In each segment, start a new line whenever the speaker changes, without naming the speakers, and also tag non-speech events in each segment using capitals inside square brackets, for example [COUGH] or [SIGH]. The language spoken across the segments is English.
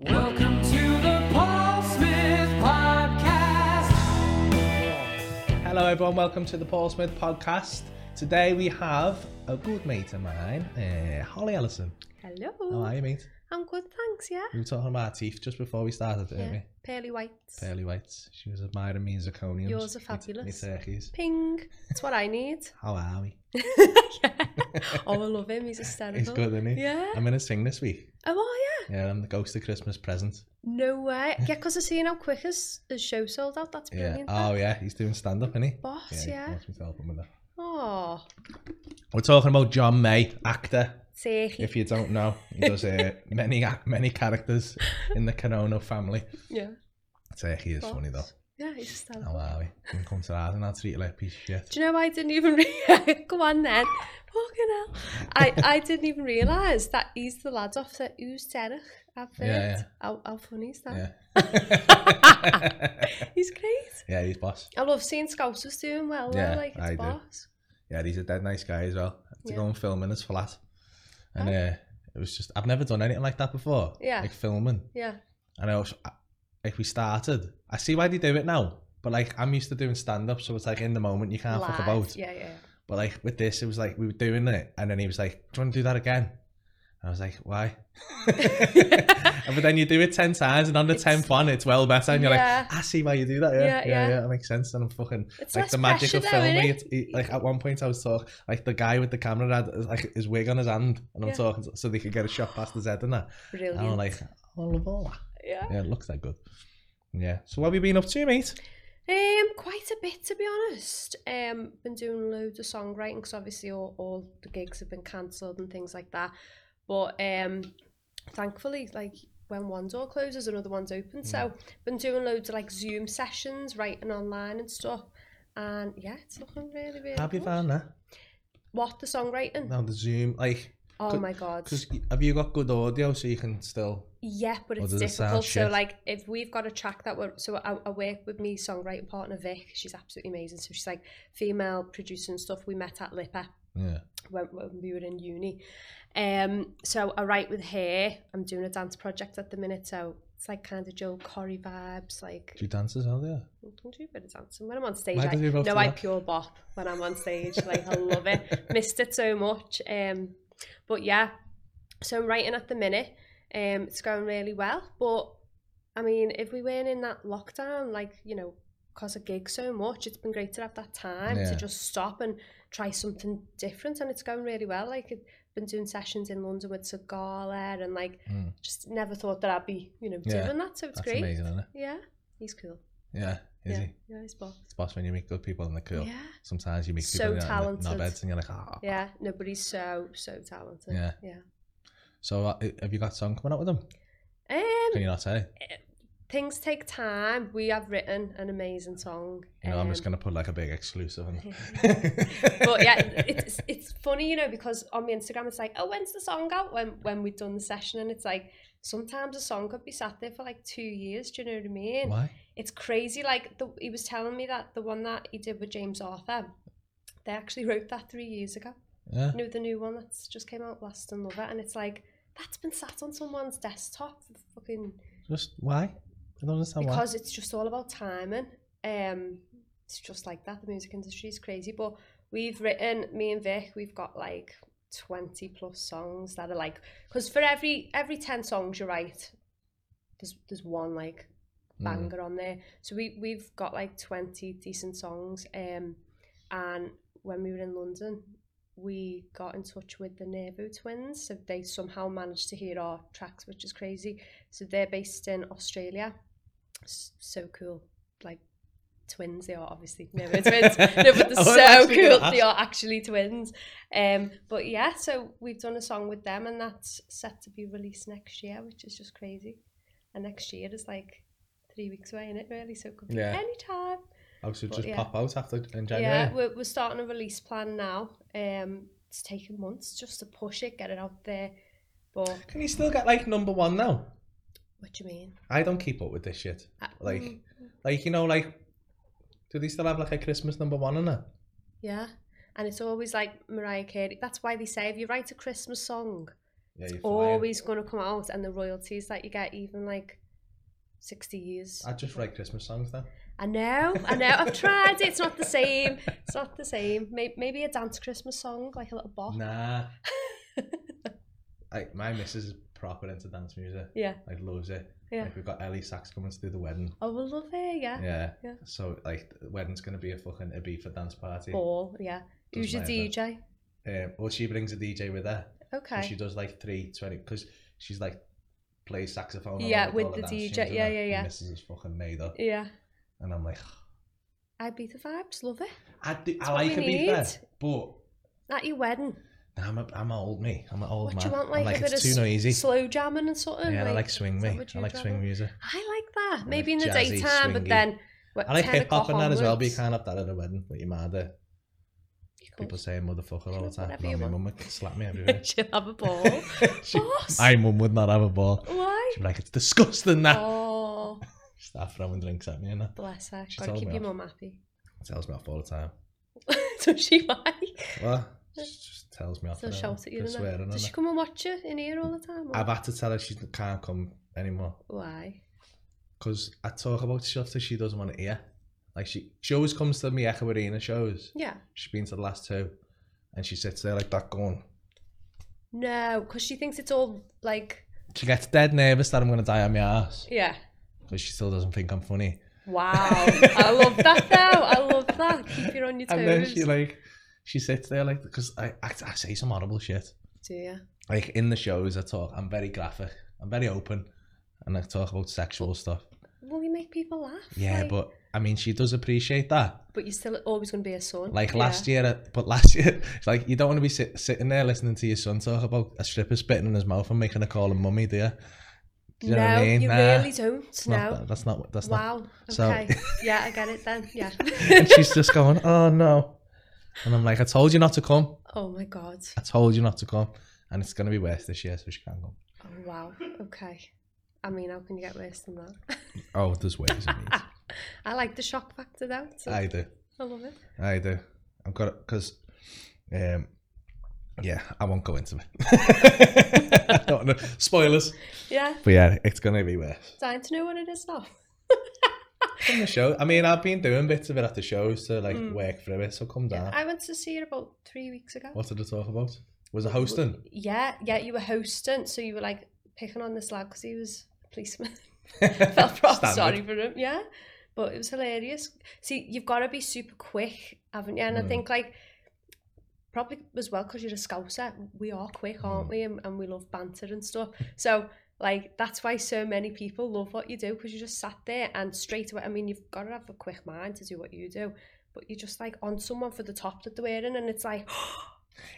Welcome to the Paul Smith Podcast.
Hello, everyone. Welcome to the Paul Smith podcast. Today we have a good mate of mine, eh, Holly Ellison.
Hello.
How are you, mate?
I'm good, thanks, yeah.
We were talking about teeth just before we started, weren't we?
Yeah. Pearly whites.
Pearly whites. She was admiring me zirconiums.
Yours are
me- me
fabulous.
turkeys.
Ping. That's what I need.
[LAUGHS]
[LAUGHS]
How are we?
Oh, I love him. He's hysterical.
He's good, isn't he?
Yeah.
I'm going to sing this week.
Oh, oh, yeah.
Yeah, I'm the ghost of Christmas present.
No way. Yeah, because I've seen how quick his, his show sold out. That's
Yeah.
brilliant.
Oh, yeah. He's doing stand up, isn't he?
Boss,
He
yeah.
wants me to help him with that.
Oh,
We're talking about John May, actor.
Sechi.
If you don't know, he does
[LAUGHS]
uh, many many characters in the Corona family.
Yeah.
Turkey he is
boss.
funny though.
Yeah, he's hysterical.
Oh wow, he can come to that and I'll treat you like a piece of shit.
Do you know I didn't even re- [LAUGHS] go on then? Fucking hell. I, I didn't even realise that he's the lad off the Who's Derek advert.
[LAUGHS] Yeah, yeah.
How, how funny is that?
Yeah.
He's great.
yeah, he's boss.
I love seeing Scousers doing well,
Yeah,
though, like it's
I do.
boss.
Yeah, he's a dead nice guy as well. To
Yeah.
go and film in his flat. And uh, it was just, I've never done anything like that before.
Yeah.
Like filming.
Yeah,
And I was, like we started, I see why they do it now. But like, I'm used to doing stand-up, so it's like in the moment, you can't fuck
live.
about.
Yeah, yeah.
But like with this, it was like we were doing it, and then he was like, "Do you want to do that again?" And I was like,
[LAUGHS]
"Why?" but then you do it ten times, and on the
It's-
tenth one, it's well better, and you're
Yeah.
like, "I see why you do that." Yeah, yeah,
Yeah,
yeah,
yeah.
that makes sense. And I'm fucking
It's
like
less
the magic
pressure
of
though,
filming.
innit?
It's, it, like at one point, I was talking like the guy with the camera had like his wig on his hand, and I'm
Yeah.
talking to- so they could get a shot past his head and that.
Brilliant.
And I'm like, "I love all that."
yeah.
Yeah, it looks that good. Yeah. So what have you been up to, mate?
Um, quite a bit to be honest. Um, been doing loads of songwriting because obviously all, all the gigs have been cancelled and things like that. But um, thankfully, like when one door closes, another one's open. So
Hmm.
been doing loads of like Zoom sessions, writing online and stuff. And yeah, it's looking really, really
Have you
good.
found that?
What the songwriting?
Now the Zoom, like.
Oh
Could-
my god.
Because have you got good audio so you can still?
Yeah, but
Or
it's
does it sound
difficult. So,
shit?
like, if we've got a track that we're so I, I work with me songwriting partner Vic. She's absolutely amazing. So she's like female producer and stuff. We met at Lipper
Yeah.
when, when we were in uni. Um, so I write with her. I'm doing a dance project at the minute. So it's like kind of Joe Corey vibes. Like,
Do you dance as well? Yeah.
I don't do a bit of dancing when I'm on stage.
Why
I,
did we both
no,
do
I
that?
pure bop when I'm on stage. like I love it. [LAUGHS] Missed it so much. Um, but yeah, so I'm writing at the minute. Um, it's going really well. But I mean, if we weren't in that lockdown, like you know, cause a gig so much, it's been great to have that time
Yeah.
to just stop and try something different. And it's going really well. Like I've been doing sessions in London with Sagala and like
Mm.
just never thought that I'd be you know
Yeah,
doing that. So it's
That's
great.
amazing, isn't it?
Yeah, he's cool.
Yeah. Is
yeah,
he?
yeah, he's boss.
It's boss when you meet good people in the cool.
Yeah.
Sometimes you meet
So
people in the- in
talented.
the knobheads and you're like, ah.
Yeah, no, but he's so so talented.
Yeah.
yeah.
So uh, have you got a song coming out with them? Can
Um,
you not say?
things take time. We have written an amazing song.
You know, I'm just
um,
gonna put like a big exclusive. On.
[LAUGHS]
[LAUGHS]
But yeah, it's [LAUGHS] it's funny, you know, because on my Instagram it's like, oh, when's the song out? When when we've done the session, and it's like sometimes a song could be sat there for like two years. Do you know what I mean?
Why?
It's crazy. Like the, he was telling me that the one that he did with James Arthur, they actually wrote that three years ago.
Yeah.
you know the new one that's just came out last and love it and it's like that's been sat on someone's desktop for fucking
Just why? I don't understand why.
because it's just all about timing um it's just like that the music industry is crazy but we've written me and Vic we've got like 20 plus songs that are like because for every every 10 songs you write there's there's one like
Mm.
banger on there. So we we've got like 20 decent songs um and when we were in London we got in touch with the Nervo twins so they somehow managed to hear our tracks which is crazy. So they're based in Australia. S- so cool. Like twins they are
[LAUGHS]
obviously Nervo twins. No, but
I
they're
was
so
actually gonna
cool. They
ask.
are actually twins. Um, but yeah, so we've done a song with them, and that's set to be released next year, which is just crazy. And next year is like three weeks away, isn't it? Really, so it could be
Yeah.
any time.
I should
but
just
yeah.
pop out after in
Yeah,
January.
we're, we're starting a release plan now. Um, it's taken months just to push it, get it out there. But
Can you still get like number one now?
what do you mean?
I don't keep up with this shit.
Uh,
Like,
mm,
like you know, like do they still have like a Christmas number one in it?
yeah, and it's always like Mariah Carey. That's why they say if you write a Christmas song,
Yeah, you're flying.
always going to come out, and the royalties that you get, even like sixty years.
I just write Christmas songs then.
I know, I know. I've tried it. It's not the same. It's not the same. Maybe, maybe a dance Christmas song, like a little bop.
[LAUGHS]
[LAUGHS]
Nah. like my missus is proper into dance music.
Yeah,
Like loves it.
yeah.
Like we've got Ellie Sachs coming to do the wedding.
Oh, we love it. Yeah.
Yeah.
Yeah.
So like the wedding's gonna be a fucking Ibiza dance party.
Ball. Yeah. Who's your
Doesn't matter.
DJ?
Um, or she brings a DJ with her.
Okay.
And she does like three twenty because she's like plays saxophone. and
Yeah,
all
with
all
the
dance
DJ.
tunes and
Yeah,
that.
yeah,
And
yeah.
Missus is fucking made up,
Yeah.
and I'm like,
I beat the vibes. Love it.
I, do, I
what
like
we
Ibiza, but
At your wedding.
I'm a, I'm an old me. I'm an old
What
man.
do you want,
I'm
like,
like
a bit
it's
of
too noisy.
Slow jamming and sort of.
yeah, and I
like-
like swing
is that
me.
what
I
you
like swing
travel?
music.
I like that. Maybe in
like
the
jazzy,
daytime, but
swingy.
then. What,
I like
10
hip hop and
o'clock
that as well, but you
onwards,
can't have that at a wedding with your mother.
you can- [LAUGHS]
People saying motherfucker all the time.
Whatever
No,
you
my
want.
mum would slap
[LAUGHS]
me everywhere.
She'll have a ball.
[LAUGHS] She-
Boss.
my mum would not have a ball.
Why?
[LAUGHS] She'd be like, it's disgusting that.
Oh,
Start throwing drinks at me and that.
bless her.
She
Gotta
told
keep
me
your
off.
mum happy. [LAUGHS]
Tells me off all the time.
so she like.
Well, she just tells me off.
Still
and
shout at you.
for
and that.
swearing and
Does she
that.
come and watch you in here all the time? or-
I've had to tell her she can't come anymore
Why?
because I talk about stuff that she doesn't want to hear. Like she, she always comes to me Echo Arena shows.
Yeah.
She's been to the last two, and she sits there like that going.
No, because she thinks it's all like.
She gets dead nervous that I'm gonna die on my ass
Yeah.
because she still doesn't think I'm funny.
Wow. I love that though. I love that. Keep you on your toes.
And then she like, she sits there like because I, I I say some horrible shit.
Do you?
Like in the shows, I talk. I'm very graphic. I'm very open, and I talk about sexual stuff.
Well, you make people laugh.
Yeah,
like,
but I mean, she does appreciate that.
but you're still always going to be a son.
Like
yeah.
last year, I- but last [LAUGHS] year, it's like you don't want to be sit, sitting there listening to your son talk about a stripper spitting in his mouth and making a call on mummy, do you? Do you
no,
know what I mean?
you
Nah,
really don't.
it's not
No.
that- that's not. what- That's not.
Wow.
So-
Okay.
[LAUGHS]
yeah, I get it then. Yeah.
And she's just going, oh no. And I'm like, I told you not to come.
oh my god.
I told you not to come. And it's going to be worse this year, so she can't come.
Oh wow. Okay. I mean, how can you get worse than that?
Oh, there's ways
[LAUGHS]
and means.
I like the shock factor though. so
I do.
I love it.
I do. I've got it because, um, yeah, I won't go into it. [LAUGHS] I don't wanna- Spoilers.
Yeah.
But yeah, it's going to be worse.
Dying to know what it is now.
on the show. I mean, I've been doing bits of it at the shows to like work through it, so come down.
Hmm. I went to see it about three weeks ago.
Uh. What did I talk about? Was I hosting?
[LAUGHS] Yeah, yeah. You were hosting, so you were like picking on this lad because he was a policeman.
[LAUGHS]
felt proper
Standard.
sorry for him, yeah. But it was hilarious. See, you've got to be super quick, haven't you? And I
Mm.
think like probably as well because you're a scouser, we are quick, aren't
Mm.
we? And, and we love banter and stuff. So like that's why so many people love what you do because you just sat there and straight away. I mean, you've got to have a quick mind to do what you do, but you're just like on someone for the top that they're wearing, and
[GASPS]
it's like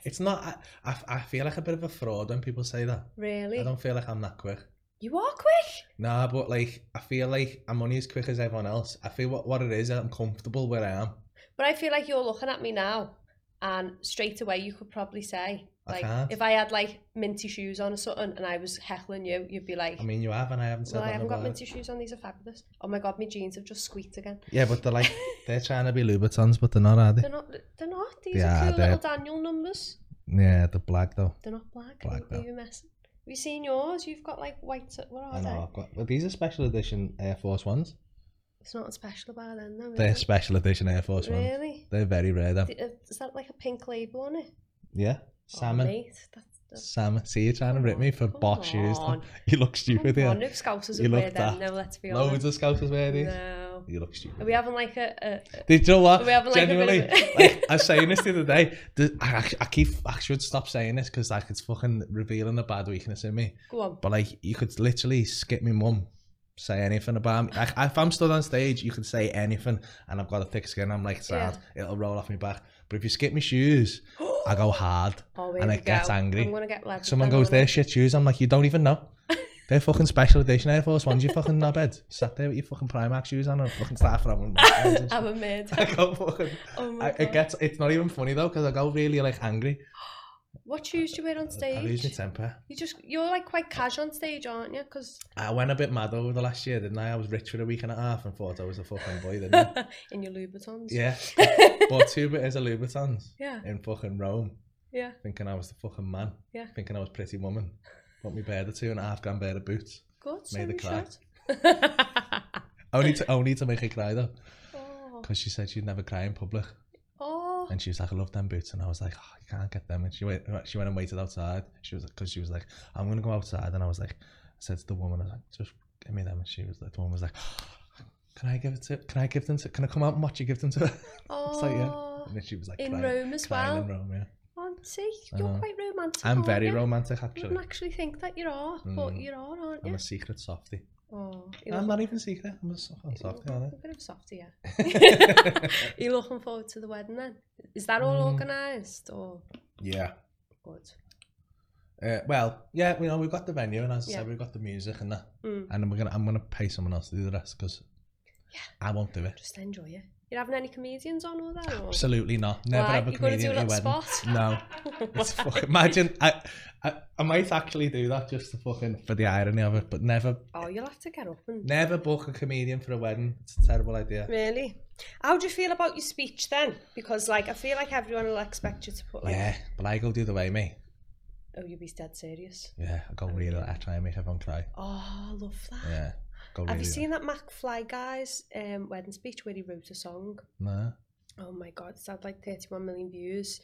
It's not. I, I, I feel like a bit of a fraud when people say that. I
really,
don't feel like I'm that quick.
you are quick.
Nah, but like I feel like I'm only as quick as everyone else. I feel what, what it is. I'm comfortable where I am.
But I feel like you're looking at me now, and straight away you could probably say,
I
like,
can't.
if I had like minty shoes on or something, and I was heckling you, you'd be like,
I mean, you have, and I haven't said
well, I
that.
haven't got
about it.
minty shoes on. These are fabulous. Oh my god, my jeans have just squeaked again.
Yeah, but they're
[LAUGHS]
like they're trying to be Louboutins, but they're not, are they?
They're not. They're not. These
Yeah,
are cool
they're-
little Daniel numbers.
Yeah, they're black though.
They're not black.
Black,
Are you messing? Have you seen yours? You've got like white. What are
I
they?
know. I've got. Well, these are special edition Air Force ones.
It's not special about them, though.
They're
is it?
special edition Air Force ones.
really.
They're very rare. Them.
D- uh, Is that like a pink label on it?
Yeah,
Oh,
salmon.
mate, that's, that's
Sam, see you trying to
Come
rip me
on,
for
come
box shoes.
on.
[LAUGHS] You look stupid
Come on,
here.
no scousers
You
would wear
look
them.
daft.
No, let's be honest.
Loads of scousers wear these.
No.
You look
Are
stupid.
we having like a, a, a
Did you know what?
are we having, like, a bit of
Genuinely,
a-
[LAUGHS] like, I was saying this the other day. the- I, I- I keep, I should stop saying this because like it's fucking revealing a bad weakness in me.
go on?
But like, you could literally skip me mum, say anything about me. Like, if I'm stood on stage, you could say anything, and I've got a thick skin. I'm like sad. It'll roll off my back. But if you skip me
[GASPS]
shoes, I go hard.
Oh, here
and
we
it gets
go.
angry.
I'm gonna get lads.
Someone goes, they're shit shoes. I'm like, you don't even
[LAUGHS]
know. They're fucking special edition Air Force Ones, you fucking knobhead. Sat there with your fucking Primark shoes on and fucking start from them.
[LAUGHS] I'm a mid.
[LAUGHS] I go fucking,
Oh my
I, it
God.
gets, it's not even funny though, because I go really like angry.
What shoes do you wear on
I lose my
stage?
temper.
You just you're like quite cash on stage, aren't you? Because
I went a bit mad over the last year, didn't I? I was rich for a week and a half and thought I was a fucking boy, didn't
[LAUGHS]
I?
in your Louboutins.
Yeah. Bought two bits of Louboutins
Yeah.
in fucking Rome.
Yeah.
thinking I was the fucking man.
Yeah.
Thinking I was pretty woman. Bought me pair of two and a half grand pair of boots.
Good.
Made the
so we
crack.
should. [LAUGHS]
Only to only to make her cry though,
oh.
because she said she'd never cry in public,
Oh.
and she was like, "I love them boots," and I was like, oh, "You can't get them." And she went, she went and waited outside. She was because she was like, "I'm gonna go outside," and I was like, I said to the woman, "I was like, just give me them," and she was like, the woman was like, "Oh, "Can I give it to? Can I give them to? Can I come out and watch you give them to?" her?"
Oh.
like, yeah. And then she was like,
In
crying,
Rome as
crying
well.
in Rome, yeah.
Auntie,
I
you're
know.
quite romantic.
I'm
aren't
very
you?
romantic,
I
actually.
wouldn't actually think that you are, but
Mm.
you are, aren't
I'm
you?
a secret softy.
Oh, you're
I'm
looking-
not even secret. I'm a fucking softy,
you're
aren't
a bit of a softie,
[LAUGHS]
yeah.
I?
Are you looking forward to the wedding then? Is that all
Mm.
organised or
yeah.
good?
Uh, well, yeah, you know, we've got the venue, and as I
Yeah.
said, we've got the music and that.
Mm.
And then we're gonna, I'm gonna pay someone else to do the rest because I won't do it.
Just enjoy it. You're having any comedians on or that? Or?
Absolutely not. Never
Why?
have a
You're gonna do
comedian
a
at your
lot
wedding.
of sport? [LAUGHS]
No, it's fucking, imagine. I, I, I might actually do that just to fucking for the irony of it, but never,
Oh, you'll have to get up and.
never book a comedian for a wedding. It's a terrible idea.
Really? How do you feel about your speech then? Because like I feel like everyone will expect you to put like,
Yeah, but I go the other way, me.
oh, you'll be dead serious.
Yeah, I go really. I try and make everyone cry.
Oh, I love that.
Yeah, go really.
Have you seen that Mac Fly guy's um, wedding speech where he wrote a song?
No.
Oh my god, it's had like 31 million views.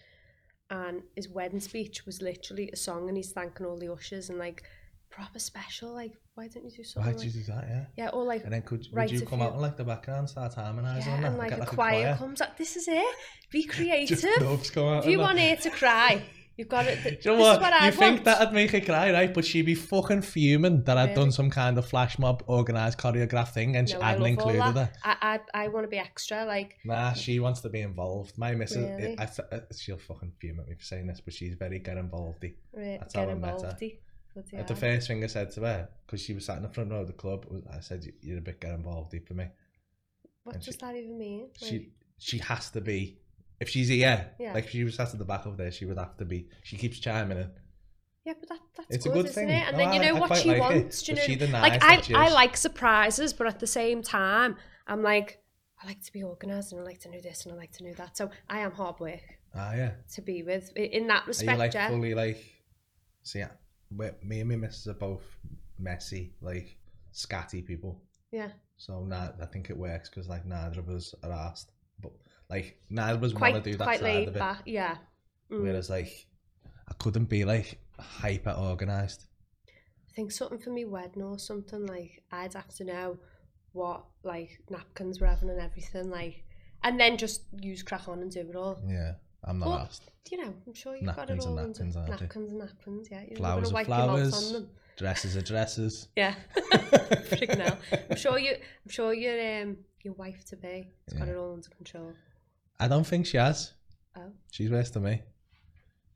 And his wedding speech was literally a song, and he's thanking all the ushers and like proper special. Like, why don't you do something?
Why did you
like-
do Oh, that? Yeah.
Yeah, or like,
And then could would
Right,
you
if
come
you-
out and like the background start harmonising
yeah,
on that?
and like
get,
a choir comes up. This is it. Be
[LAUGHS] Just
creative.
doves come out
If
and
you
that.
want here to cry, you've got it. Th-
Do you know what?
this is what I
you
want.
think that'd make her cry, right? But she'd be fucking fuming that I'd
Really?
done some kind of flash mob organised choreographed thing and she
No, I
hadn't
love all
included
that.
her.
I, I, I want to be extra. Like,
Nah, she wants to be involved. My missus,
Really?
I, I, she'll fucking fume at me for saying this, but she's very get involved
re-
That's
uh, get
how I met her.
involved.
At The first thing I said to her, because she was sat in the front row of the club, was- I said, "You- You're a bit get involved for me.
What
and
does
she-
that even mean? Like,
she she has to be if she's here
Yeah.
like if she was sat at the back over there she would have to be she keeps chiming in
Yeah, but that, that's
It's a
good,
good
isn't
thing.
it? And
No,
then
I-
you know
I
what
quite
she
like it,
wants. do
but she
you know?
denies
Like I,
that she
I
is.
like surprises, but at the same time, I'm like, I like to be organised and I like to know this and I like to know that. So I am hard work
ah yeah
to be with i- in that
are you
respect.
like
yeah.
fully like so yeah we- me and my missus are both messy like scatty people
yeah,
so nah, I think it works because like neither of us are asked but like neither of us want
quite
to do that
quite
side of
laid
it
back. Yeah, Mm.
whereas like I couldn't be like hyper organised
I think something for me wedding or something like I'd have to know what like napkins we're having and everything like, and then just use crack on and do it all.
yeah I'm not
Well,
asked
You know, I'm sure you've
Napkins
got it all
and
under
napkins, aren't they?
napkins and napkins. Yeah, you're
Flowers are
gonna wipe your mouth
flowers.
on them.
dresses are dresses [LAUGHS]
Yeah. [LAUGHS] Freaking hell. I'm sure you I'm sure your um your wife to be has got
Yeah.
it all under control.
I don't think she has
Oh.
She's worse than me.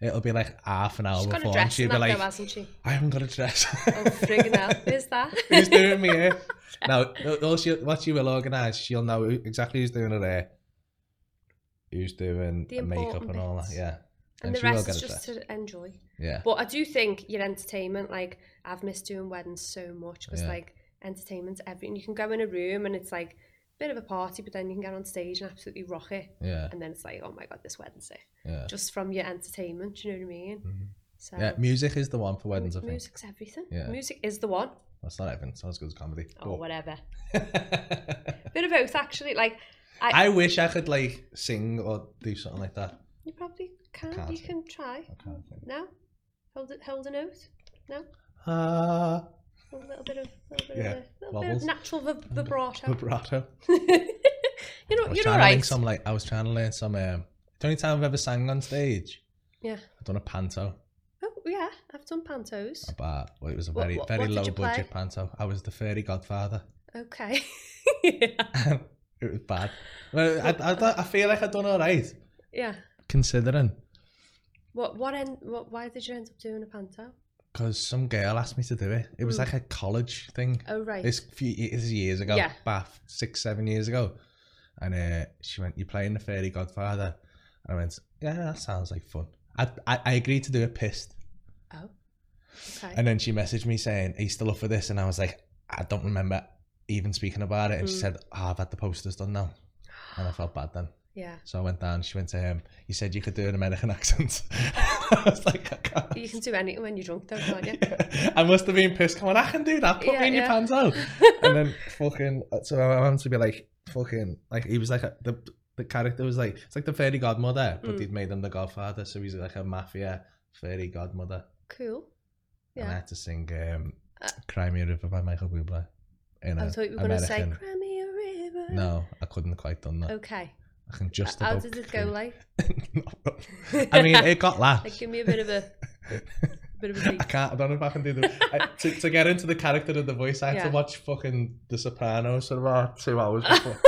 It'll be like half an hour
She's got a
before, and
dress
she'll
and
be
that
like,
though, hasn't she?
"I haven't got a dress."
Oh
[LAUGHS]
friggin' hell. Where's that? [LAUGHS]
who's doing me here? No, all she, what she will organise, she'll know who- exactly who's doing her hair, who's doing
The
makeup
important
and all that.
bits.
Yeah,
and the
she will
rest
get
is
a
just to enjoy.
yeah.
But I do think your entertainment, like I've missed doing weddings so much because
Yeah.
like entertainment's everything. You can go in a room and it's like a bit of a party, but then you can get on stage and absolutely rock it.
yeah,
And then it's like, oh my god, this wedding's sick.
yeah,
Just from your entertainment, do you know what I mean?
Mhm.
So
yeah. Music is the one for weddings. I think
music's everything.
Yeah.
Music is the one.
that's not even sounds good as comedy.
or
but-
whatever. Bit of both, actually. Like
[LAUGHS] I wish I could like sing or do something like that.
you probably can.
Can't
you
sing.
can try.
I can't think.
No, hold it. Hold a note. No,
Ah,
a little bit of, little bit
Yeah,
of, a little bit of
wobbles.
natural vib- vibrato. [LAUGHS]
vibrato.
you
I
know,
was
you're
trying
all
to learn
right.
some like I was trying to learn some. Um, the only time I've ever sang on stage,
Yeah.
I've done a panto,
Oh yeah, I've done pantos.
but well, it was a
What-
very
what-
very
what did
low
you play?
budget panto. I was the fairy godfather. [LAUGHS]
Okay. [LAUGHS] yeah.
it was bad. Well, I, I, don't- I feel like I've done all right
yeah.
considering
What? What end? What? Why did you end up doing a panto?
because some girl asked me to do it. It was
Mm.
like a college thing.
Oh right.
This few it's years ago,
Yeah.
about six seven years ago, and uh, she went, "You're playing the fairy godfather," and I went, "Yeah, that sounds like fun." I I, I agreed to do it pissed.
oh. Okay.
And then she messaged me saying, Are you still up for this? And I was like, I don't remember even speaking about it. And she "Ah,
Mm.
said, oh, I've had the posters done now. And I felt bad then.
Yeah.
So I went down. She went to him. You said you could do an American [LAUGHS] accent. I was like, I can't.
You can do anything when you're drunk, though,
[LAUGHS]
can't you?
Yeah. I must have been pissed. Come on, I can do that. Put
Yeah,
me in your
yeah.
pants
[LAUGHS]
out. and then fucking, uh, so I wanted to be like, fucking, like he was like a, the the character was like it's like the fairy godmother, but
Mm.
they'd made him the godfather, so he's like a mafia fairy godmother.
Cool.
And I
Yeah.
had to sing um,
Uh,
"Cry Me a River" by Michael Bublé. In
I
a
thought you were going to say,
American-
Cry me a river.
No, I couldn't quite done that.
Okay.
I can just.
Oh, uh, How
about
did it go like?
[LAUGHS] I mean, it
[LAUGHS]
got laughs.
Like, give me a bit of a, a bit of a
I [LAUGHS]
beat.
can't. I don't know if I can do the I, to, to get into the character of the voice. I had
Yeah.
to watch fucking The Sopranos for about two hours
[LAUGHS]
before.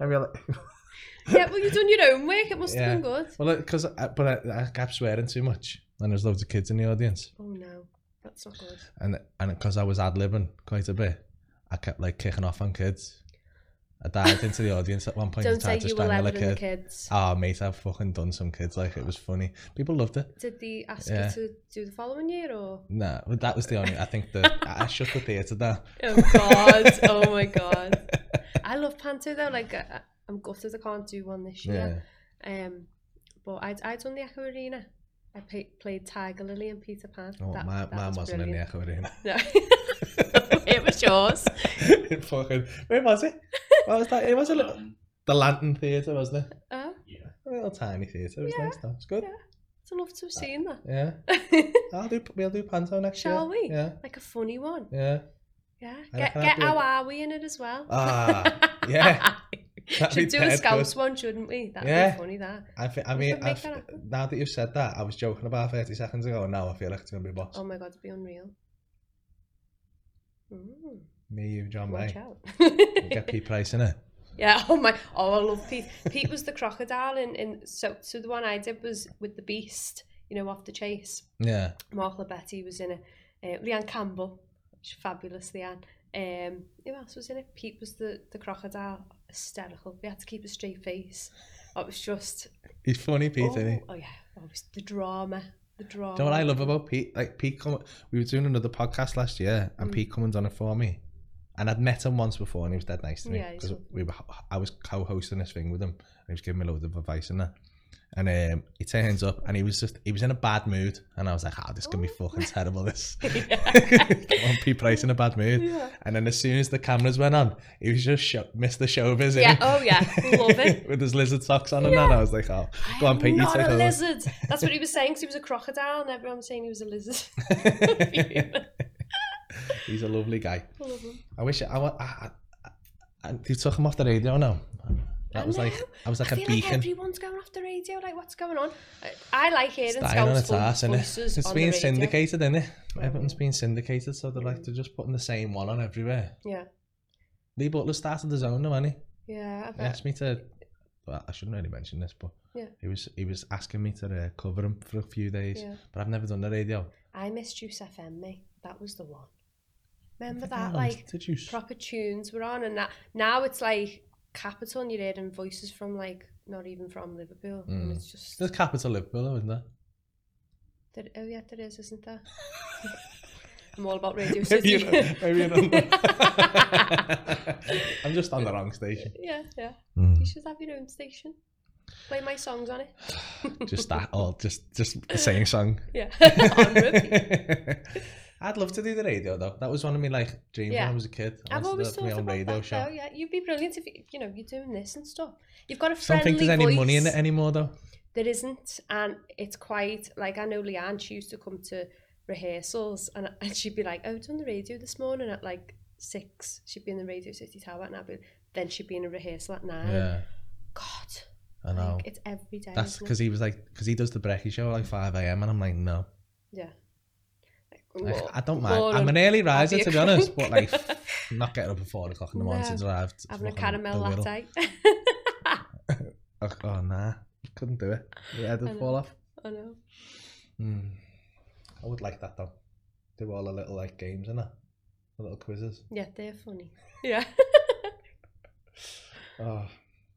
I mean, like,
yeah, well, you've done your own work. It must
Yeah.
have been good.
well, because I, but I, I kept swearing too much, and there's loads of kids in the audience,
Oh, no. That's not good.
and and because I was ad libbing quite a bit, I kept like kicking off on kids. I dived into the audience at one point
Don't
and tried to
say you were
strangle a
leveling the
kid.
kids.
Ah, mate, I've fucking done some kids like it was funny. People loved it.
Did they ask
Yeah.
you to do the following year or?
Nah, but that was the only. I think the I I shut the theatre
[LAUGHS]
down.
Oh [LAUGHS] God! oh my God! I love Panto though. Like I, I- I'm gutted I can't do one this
Yeah.
year. Um, but I I done the Echo Arena. I pa- played Tiger Lily and Peter Pan.
Oh,
That-
my,
that
mine
was
wasn't
brilliant.
in the echo arena.
[LAUGHS] No, [LAUGHS] it
[LAUGHS]
was yours.
it fucking where was it? What was that? It was a little
Um,
the Lantern Theatre, wasn't it?
Oh,
yeah.
A little tiny theatre. It was
Yeah,
nice though. It's good.
yeah. I'd love to have seen that. [LAUGHS]
Yeah. I'll do. We'll do panto next
Shall
year.
we?
Yeah.
like a funny one.
Yeah.
Yeah.
I
Get
reckon I'd
get
do it.
how are we in it as well? [LAUGHS]
Ah, yeah. That'd be
Should do a
dead
Scouse
good.
one, shouldn't we? That'd
Yeah.
be funny. That.
I, thi- I
We
mean,
could
I
make that
f- now that you've said that, I was joking about 30 seconds ago, and now I feel like it's going to be boss.
Oh my God! It'd be unreal. Mm.
Me, you, John
Watch
May.
out. [LAUGHS]
Get Pete Price in it.
yeah. Oh my. Oh, I love Pete. Pete was the crocodile, and in, so so the one I did was with the beast. You know, off the chase.
Yeah.
Mark Labetti was in it. Uh, Leanne Campbell, she's fabulous, Leanne. Um, who else was in it? Pete was the the crocodile. Hysterical. We had to keep a straight face. It was just.
He's funny, Pete, isn't he?
oh, oh yeah. Oh, it was the drama. The drama.
Do you know what I love about Pete? Like Pete, come, we were doing another podcast last year,
Mm.
and Pete Cummins on it for me, and I'd met him once before, and he was dead nice to me
Yeah, he's
because
lovely.
we were, I was co-hosting this thing with him, and he was giving me loads of advice and that. And um, he turns up, and he was just he was in a bad mood, and I was like, "Ah, this is gonna be
Oh.
fucking terrible."
[LAUGHS]
This [LAUGHS] Come on Pete Price in a bad mood,
Yeah.
and then as soon as the cameras went on, he was just sho- Mr. Showbiz, innit?
Yeah. Oh yeah. Love it.
with his lizard socks on, and that I was like, "Oh, [LAUGHS]
I
go on,
am
Pete, you
not
take
a
over."
lizard. That's what he was saying because he was a crocodile, and everyone was saying he was a lizard. [LAUGHS]
[LAUGHS] He's a lovely guy.
Love him.
I wish I, wa- I, I, I you took him off the radio now. That was like I was like
I
a
feel like
beacon.
everyone's going off the radio. Like, what's going on? I, I like hearing
It's dying on
Scout's
its ass,
voice,
and
voices
it's
on
being
the radio.
syndicated, isn't it? Everything's been syndicated, so they're like they're just putting the same one on everywhere.
Yeah,
Lee Butler started his own, though, hasn't he?
yeah. I
He
bet.
asked me to. Well, I shouldn't really mention this, but
Yeah.
he was he was asking me to uh, cover him for a few days,
Yeah.
but I've never done the radio.
I missed Juice FM, mate. That was the one. Remember
Oh,
that? Like
did you? s-
proper tunes were on, and that now it's like capital, and you're hearing voices from like not even from Liverpool, and
Mm.
it's just
There's capital Liverpool, though, isn't there?
There, oh yeah, there is, isn't
[LAUGHS]
there? I'm all about Radio
Maybe
City.
you
[LAUGHS]
know, [LAUGHS] maybe you know. I'm just on the wrong station.
yeah, yeah. You
Mm,
should have your own station. Play my songs on it.
just that or just just the same song [LAUGHS]
Yeah. [LAUGHS] on repeat.
I'd love to do the radio though that was one of my like dreams when
Yeah.
I was a kid I
I've
wanted to
always
have my
thought
own
about
radio
that.
show
Though, yeah, you'd be brilliant if you, you know you're doing this and stuff. You've got a
I don't
friendly
think there's any
voice.
money in it anymore though
There isn't, and it's quite like I know Leanne. She used to come to rehearsals, and, and she'd be like, "Oh, it's on the radio this morning at like six. She'd be in the Radio City Tower, and I'd be, then she'd be in a rehearsal at nine.
yeah
God,
I know
like, it's every day.
that's
isn't it?
because he was like because he does the brekkie show at like 5am and I'm like no
Yeah.
like,
Well,
I don't mind
Lauren,
I'm an early riser
be a
to be
[LAUGHS]
honest but
crank.
like not getting up at 4 o'clock in the morning
No.
to drive to
having a
fucking
caramel
the Wirral.
latte.
oh, oh nah couldn't do it the head
I
would
know.
fall off
[LAUGHS] I know.
Mm. I would like that though. Do all the little like games and that, the little quizzes.
Yeah, they're funny. [LAUGHS] Yeah.
Oh,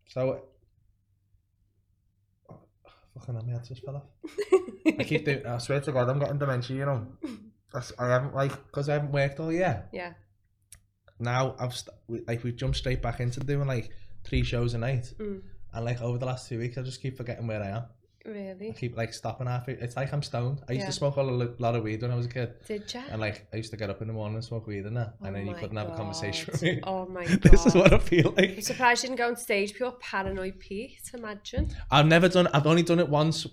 so oh, fucking hell, my head just fell off. I keep doing. I swear to God, I'm getting dementia. You know, That's, I haven't like because I haven't worked all year.
[LAUGHS] yeah.
Now I've st- we, like we've jumped straight back into doing like three shows a night,
Mm.
And like over the last two weeks, I just keep forgetting where I am. I
Really?
keep like stopping halfway. It's like I'm stoned. I used
Yeah.
to smoke a lo- lot of weed when I was a kid,
Did you?
and like I used to get up in the morning and smoke weed and that, and then you couldn't have a conversation with [LAUGHS] me.
Oh my god.
this is what I feel
I'm
like.
surprised you didn't go on stage pure paranoid Pete, imagine.
I've never done. I've only done it once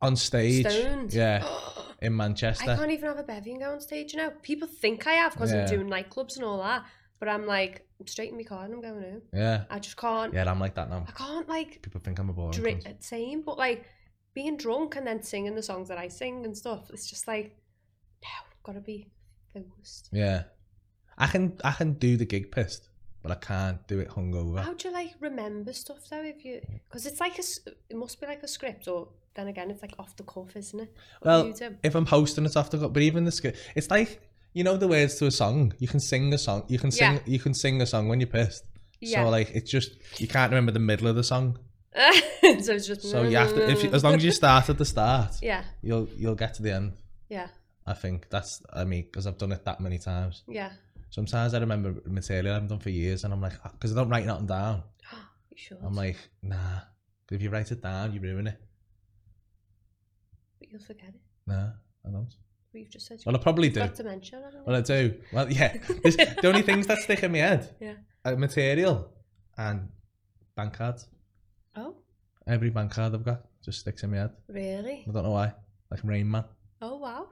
on stage.
Stoned. [GASPS]
Yeah,
I
in Manchester.
can't even have a bevy and go on stage, you know. People think I have because
Yeah.
I'm doing nightclubs and all that. But I'm like, I'm straight in my car and I'm going home.
Yeah,
I just can't
yeah. I'm like that now.
I can't like
People think I'm a boring.
drink
cunt.
same, but like being drunk and then singing the songs that I sing and stuff, it's just like no, gotta be focused.
Yeah, I can I can do the gig pissed, but I can't do it hungover.
How do you like remember stuff though? If you because it's like a s- it must be like a script, or then again, it's like off the cuff, isn't it? What
Well,
you do?
if I'm hosting it's off the cuff, but even the script, it's like you know the words to a song. You can sing a song. You can sing.
Yeah.
You can sing a song when you're pissed.
yeah.
So like it's just you can't remember the middle of the song.
[LAUGHS] so it's just
So you have to if you, as long as you start at the start,
[LAUGHS] yeah,
you'll you'll get to the end.
yeah,
I think that's I mean because I've done it that many times.
yeah. [GASPS]
Sometimes I remember material I haven't done for years, and I'm like because I don't write nothing down.
You should.
I'm like nah. 'Cause If you write it down, you ruin it.
but you'll forget it.
Nah, I don't.
What you've just said.
Well, I probably
You've
do.
got dementia. haven't you?
Well, I do. Well, yeah. [LAUGHS] This, the only things that stick in my head
Yeah.
are material and bank cards.
Oh,
Every bank card I've got just sticks in my head.
really?
I don't know why. Like Rain Man,
Oh wow.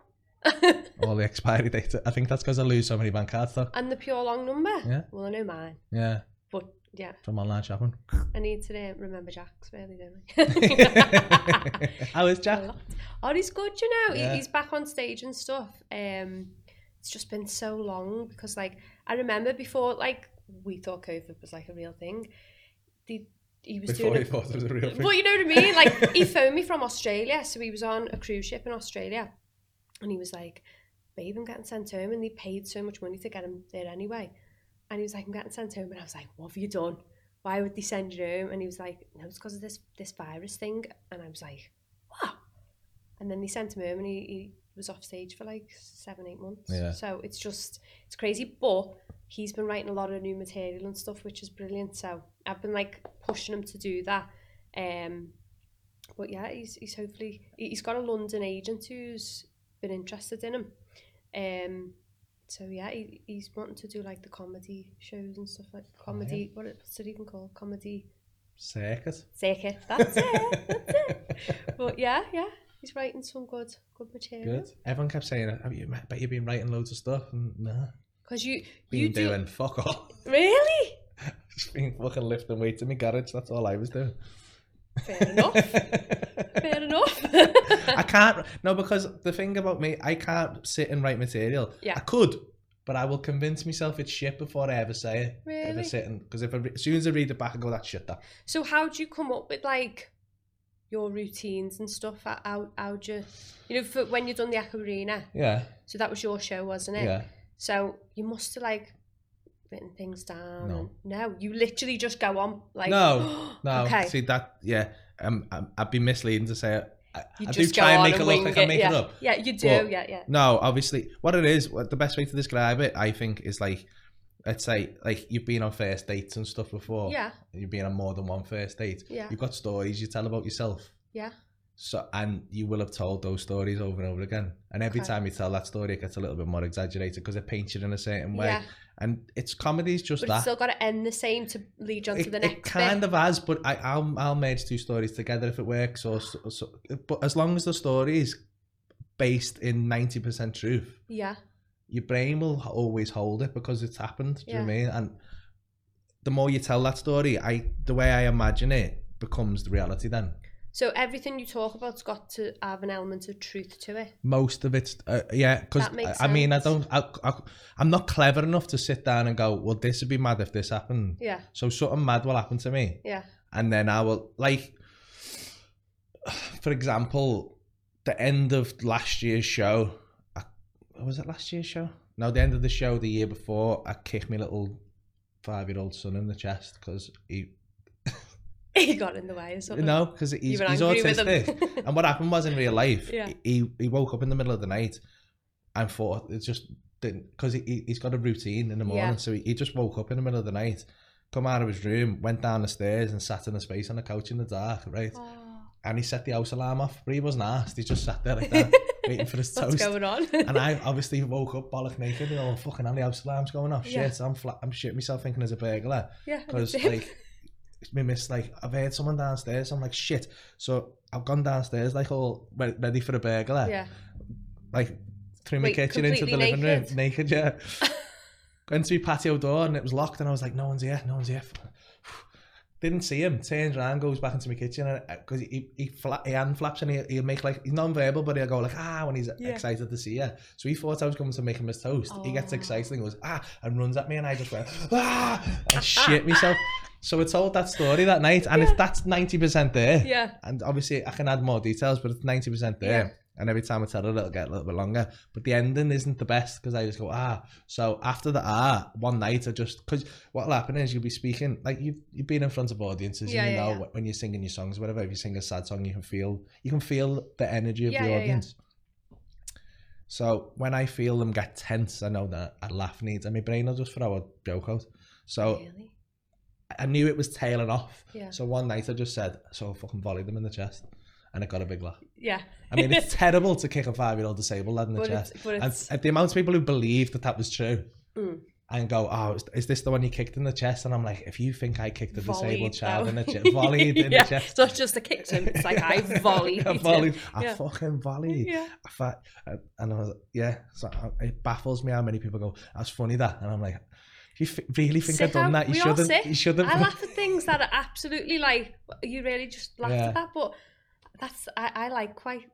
[LAUGHS]
all the expiry [LAUGHS] dates. I think that's because I lose so many bank cards though.
and the pure long number.
Yeah.
Well, I know mine,
Yeah,
but yeah,
from online shopping.
I need to uh, remember Jack's really, don't
[LAUGHS]
I? [LAUGHS]
How is
a
Jack?
lot. Oh, he's good, you know. He-
Yeah.
He's back on stage and stuff. Um, it's just been so long because, like, I remember before, like, we thought COVID was like a real thing. The he was doing.
thought it was a real [LAUGHS]
A, well, you know what I mean. Like, he phoned me from Australia, so he was on a cruise ship in Australia, and he was like, "Babe, I'm getting sent home," and they paid so much money to get him there anyway. And he was like, "I'm getting sent home," and I was like, "What have you done?" Why would they send you home? And he was like, no, it's because of this this virus thing. And I was like, wow. And then they sent him home and he, he was off stage for like seven, eight months.
Yeah.
So it's just, it's crazy. But he's been writing a lot of new material and stuff, which is brilliant. So I've been like pushing him to do that. Um, but yeah, he's, he's hopefully, he- he's got a London agent who's been interested in him. Um, so yeah, he, he's wanting to do like the comedy shows and stuff like
Oh,
comedy. What it, what's it even called? Comedy
Circuit.
circuit. [LAUGHS] That's it. That's
[LAUGHS]
it. But yeah, yeah, he's writing some good, good material.
Good. Everyone kept saying, "Have you? I bet you've been writing loads of stuff." And, nah,
Because you,
been
you do
doing fuck all. [LAUGHS]
really.
Just been fucking lifting weights in my garage. That's all I was
[LAUGHS]
doing. [LAUGHS]
Fair enough. Fair enough. [LAUGHS]
I can't. No, because the thing about me, I can't sit and write material.
Yeah.
I could, but I will convince myself it's shit before I ever say it. If I
Really?
sit and because if I, re- as soon as I read it back, I go that shit. That
so how do you come up with like your routines and stuff? How- How how do you, you know, for when you done the Echo Arena?
yeah,
So that was your show, wasn't it?
yeah.
So you must have like written things down.
No.
and- no, you literally just go on like [GASPS]
No, No,
okay.
see that. Yeah, um, um, I'd be misleading to say it. I,
you
I do
just go
try and
on
make it look
wing
like I make
yeah.
it up.
Yeah, you do.
but-
yeah, yeah.
No, obviously, what it is, what the best way to describe it, I think, is like, let's say, like you've been on first dates and stuff before.
Yeah,
You've been on more than one first date.
yeah.
You've got stories you tell about yourself.
Yeah.
So and you will have told those stories over and over again. And every
Okay.
time you tell that story, it gets a little bit more exaggerated because it paints it in a certain way.
Yeah,
And it's comedy's just
but
that.
it's still got to end the same to lead you on
it,
to the
it
next
kind
bit.
of has, but I, I'll I'll merge two stories together if it works. Or so, so- but as long as the story is based in ninety percent truth,
Yeah,
your brain will h- always hold it because it's happened. Do you know what I
Yeah.
mean? And the more you tell that story, I the way I imagine it becomes the reality. Then
so everything you talk about's got to have an element of truth to it.
most of it's uh, yeah because
That makes
I, I mean I don't
sense.
I, I, I'm not clever enough to sit down and go well this would be mad if this happened
Yeah,
so something mad will happen to me
yeah, [LAUGHS]
and then I will like for example the end of last year's show I, was it last year's show no the end of the show the year before I kicked my little five year old son in the chest because he
he got in the way or [LAUGHS] something.
no because he's,
you
he's
were angry with
autistic
him.
[LAUGHS] and what happened was in real life,
Yeah.
he he woke up in the middle of the night and thought it just didn't because he he- he's got a routine in the morning,
Yeah.
so he, he just woke up in the middle of the night come out of his room, went down the stairs and sat in a space on the couch in the dark, right?
Oh,
And he set the house alarm off, but he wasn't asked. He just sat there like that, waiting for his
[LAUGHS] what's
toast.
going on? [LAUGHS]
And I obviously woke up bollock naked and I'm fucking hell, the house alarm's going off.
Yeah.
Shit, I'm flat, I'm shitting myself thinking there's a burglar.
yeah,
Because
that's it.
like me miss like I've heard someone downstairs, I'm like shit. So I've gone downstairs like all re- ready for a burglar.
yeah,
Like through my
Wait,
kitchen into the
completely
living
naked?
room. Naked,
[LAUGHS]
yeah. Went to my patio door and it was locked and I was like, No one's here, no one's here. [SIGHS] Didn't see him, turns around, goes back into my kitchen and because he he, fla- he hand flaps and he, he'll make like he's non-verbal but he'll go like ah when he's
Yeah.
excited to see you. So he thought I was coming to make him his toast. He gets
Oh.
excited and goes ah and runs at me and I just
[LAUGHS]
went ah and shit myself. So I told that story that night, and
Yeah.
it's that's ninety percent there.
yeah,
And obviously, I can add more details, but it's ninety percent there.
Yeah.
And every time I tell it, it'll get a little bit longer. But the ending isn't the best because I just go ah. So after the ah, one night I just because what'll happen is you'll be speaking like you you've been in front of audiences.
Yeah,
and you
yeah,
know
yeah.
wh- when you're singing your songs, or whatever. If you sing a sad song, you can feel you can feel the energy of
Yeah,
the
yeah, yeah.
audience. So when I feel them get tense, I know that I laugh needs, and my brain will just throw a joke out. So
really,
I knew it was tailing off.
yeah,
So one night I just said, so I fucking volleyed them in the chest. And it got a big laugh.
yeah.
I mean,
[LAUGHS]
it's terrible to kick a five year old disabled lad in the
But
chest.
it's, but
And
it's,
and the amount of people who believe that that was true
Mm.
and go, oh, is, is this the one you kicked in the chest? And I'm like, if you think I kicked a disabled
Volleyed
child
them. [LAUGHS]
in the chest, volleyed in
Yeah,
the chest.
It's not just the kitchen. It's like
[LAUGHS]
I volleyed.
I
him.
volleyed. I
Yeah.
fucking volleyed.
Yeah.
I fa- and- and I was yeah. So I- it baffles me how many people go, that's funny that, and I'm like, if you f- really think I've
Sicko.
done that, you
We all
shouldn't.
sick.
You shouldn't. [LAUGHS]
I laugh at things that are absolutely like you really just laughed
Yeah.
at that, but that's I, I like quite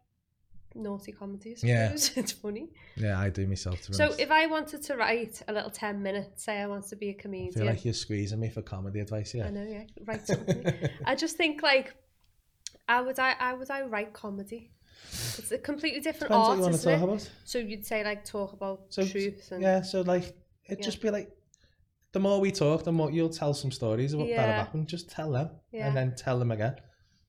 naughty comedy. I
Yeah.
suppose. [LAUGHS] it's funny.
yeah, I do myself. To be
So
honest.
if I wanted to write a little ten minute, say I want to be a
I feel
comedian,
like you're squeezing me for comedy advice.
I
Yeah.
know, yeah, write something. I just think like, how would I, how would I write comedy? It's a completely different
Depends what
art,
you want to
isn't it?
talk about.
So you'd say like talk about
So,
truth and
Yeah, so like it'd
Yeah.
just be like the more we talk, the more you'll tell some stories of what that
Yeah.
have happened. Just tell them
Yeah.
and then tell them again.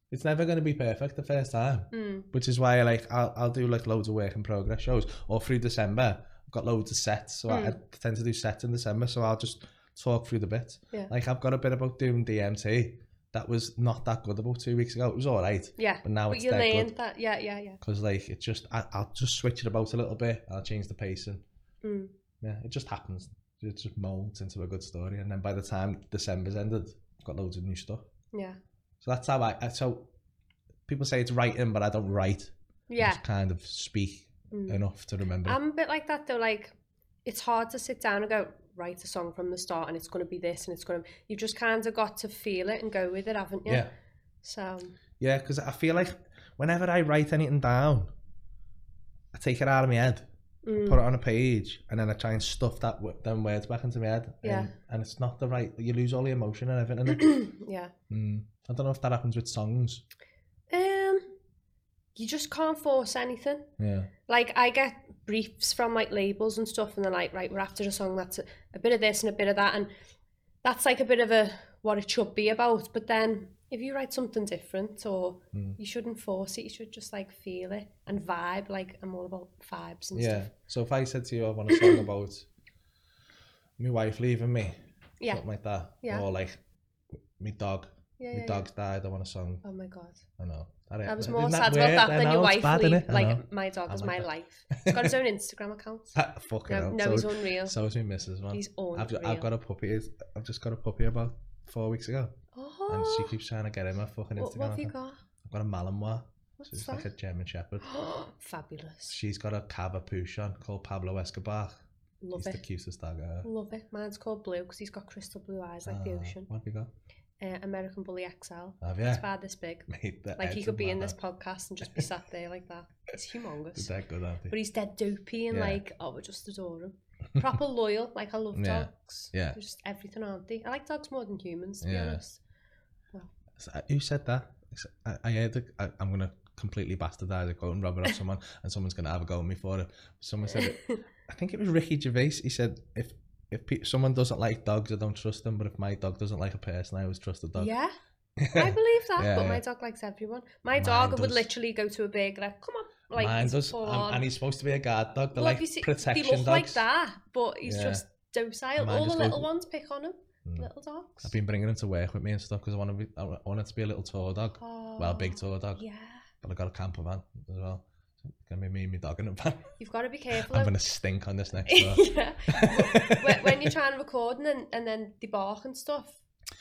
It's never going to be perfect the first time,
Mm,
which is why like I'll, I'll do like loads of work in progress shows or through December. I've got loads of sets, so
Hmm.
I, I tend to do sets in December. So I'll just talk through the bits.
Yeah.
Like I've got a bit about doing DMT. That was not that good about two weeks ago. It was all right,
yeah.
but now
But
it's
you
dead good.
learned that, yeah, yeah, yeah.
because like it just I, I'll just switch it about a little bit and I'll change the pacing
Mm.
yeah it just happens it just molds into a good story and then by the time December's ended I've got loads of new stuff
Yeah.
so that's how I I- so people say it's writing but I don't write I
Yeah.
just kind of speak
Mm.
enough to remember
I'm a bit like that though. Like, it's hard to sit down and go write a song from the start, and it's going to be this, and it's going to. You've just kind of got to feel it and go with it, haven't you?
yeah
So
yeah because I feel like whenever I write anything down I take it out of my head
mm,
put it on a page and then I try and stuff that w- them words back into my head
Yeah.
and, and it's not the right you lose all the emotion and everything
[CLEARS THROAT]
in it.
[CLEARS THROAT] yeah.
Mm. I don't know if that happens with songs.
Um, you just can't force anything.
Yeah.
Like I get briefs from like labels and stuff, and they're like, right, we're after a song that's a, a bit of this and a bit of that, and that's like a bit of a what it should be about. But then if you write something different, or
Mm.
you shouldn't force it, you should just like feel it and vibe. Like I'm all about vibes and
Yeah.
stuff.
So if I said to you, I want a song about my wife leaving me,
Yeah.
something like that,
Yeah.
or like my dog,
Yeah,
my
yeah,
dog's died, I want a song.
yeah. Oh my god,
I know. That
I was
isn't
more
that
sad
weird?
about
I
that than
know,
your
it's
wife.
bad,
leave-
innit? I know. [LAUGHS]
like my dog
I
is
like
my
that.
life.
[LAUGHS]
He's got his own Instagram account.
Ah, fucking
No,
hell.
no,
so,
he's unreal.
so is my missus, man.
He's unreal.
I've, I've got a puppy. it's- I've just got a puppy about four weeks ago,
oh,
and
[GASPS]
she keeps trying to get him a fucking
what,
Instagram.
what have you
account.
got?
I've got a Malinois.
What's
So it's
that?
like a German Shepherd.
[GASPS] Fabulous.
She's got a Cavapuchon called Pablo Escobar.
Love
He's
it.
the cutest dog ever.
Love it. Mine's called Blue because he's got crystal blue eyes like the
Ah,
ocean.
What have you got?
Uh, American Bully XL.
Have you? [LAUGHS]
It's about this big.
Mate, the
Like he
heads
could
of
be in
man
this
are-
podcast and just be sat there like that. It's humongous.
They're good, aren't they?
But he's dead dopey and
Yeah.
like, oh, we just adore him.
[LAUGHS]
Proper loyal. Like I love
Yeah.
dogs.
Yeah.
They're just everything, aren't they? I like dogs more than humans, to
Yeah.
be honest.
S- uh, Who said that? S- I, I heard. a- I, am gonna completely bastardise a quote and
[LAUGHS]
rob it off someone, and someone's gonna have a go at me for it. Someone said, it, I think it was Ricky Gervais. He said, if if pe- someone doesn't like dogs, I don't trust them. But if my dog doesn't like a person, I always trust the dog. [LAUGHS]
Yeah, I believe that.
Yeah,
but
yeah.
my dog likes everyone. My
Mine
dog would
does.
literally go to a burger. Like, come on, like
Mine
it's
does,
full
um,
on.
and he's supposed to be a guard dog. They're
Well,
like
you see-
protection
They
dogs.
look like that, but he's
Yeah.
just docile.
Mine
All
just Hmm.
the
goes-
little ones pick on him. little dogs.
Mm. I've been bringing him to work with me and stuff because I want to be, I want it to be a little tour dog.
oh,
Well, big tour dog.
Yeah,
But I got a camper van as well. So it's gonna be me and my dog in a van. [LAUGHS]
you've got to be careful.
I'm
of-
gonna stink on this next [LAUGHS]
[LAUGHS]
door.
yeah, when, when you're trying to record and then, and then they bark and stuff.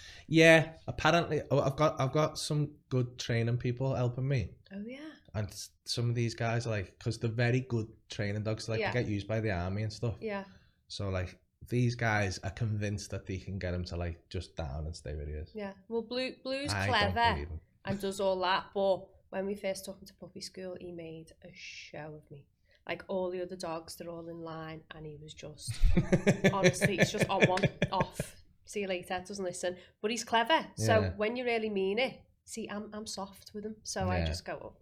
[LAUGHS] yeah, apparently oh, I've got I've got some good training people helping me.
Oh yeah,
And s- some of these guys are like, because they're very good training dogs, like
Yeah.
they get used by the army and stuff.
yeah.
So like these guys are convinced that they can get him to like just down and stay where he is.
Yeah, well, Blue, Blue's
I don't
clever
believe him.
and does all that, but when we first took him to puppy school, he made a show of me. Like all the other dogs, they're all in line, and he was just
[LAUGHS]
honestly, it's Oh, just on one off. See you later. Doesn't listen, but he's clever. So
Yeah.
when you really mean it, see, I'm I'm soft with him, so I
Yeah.
just go, oh,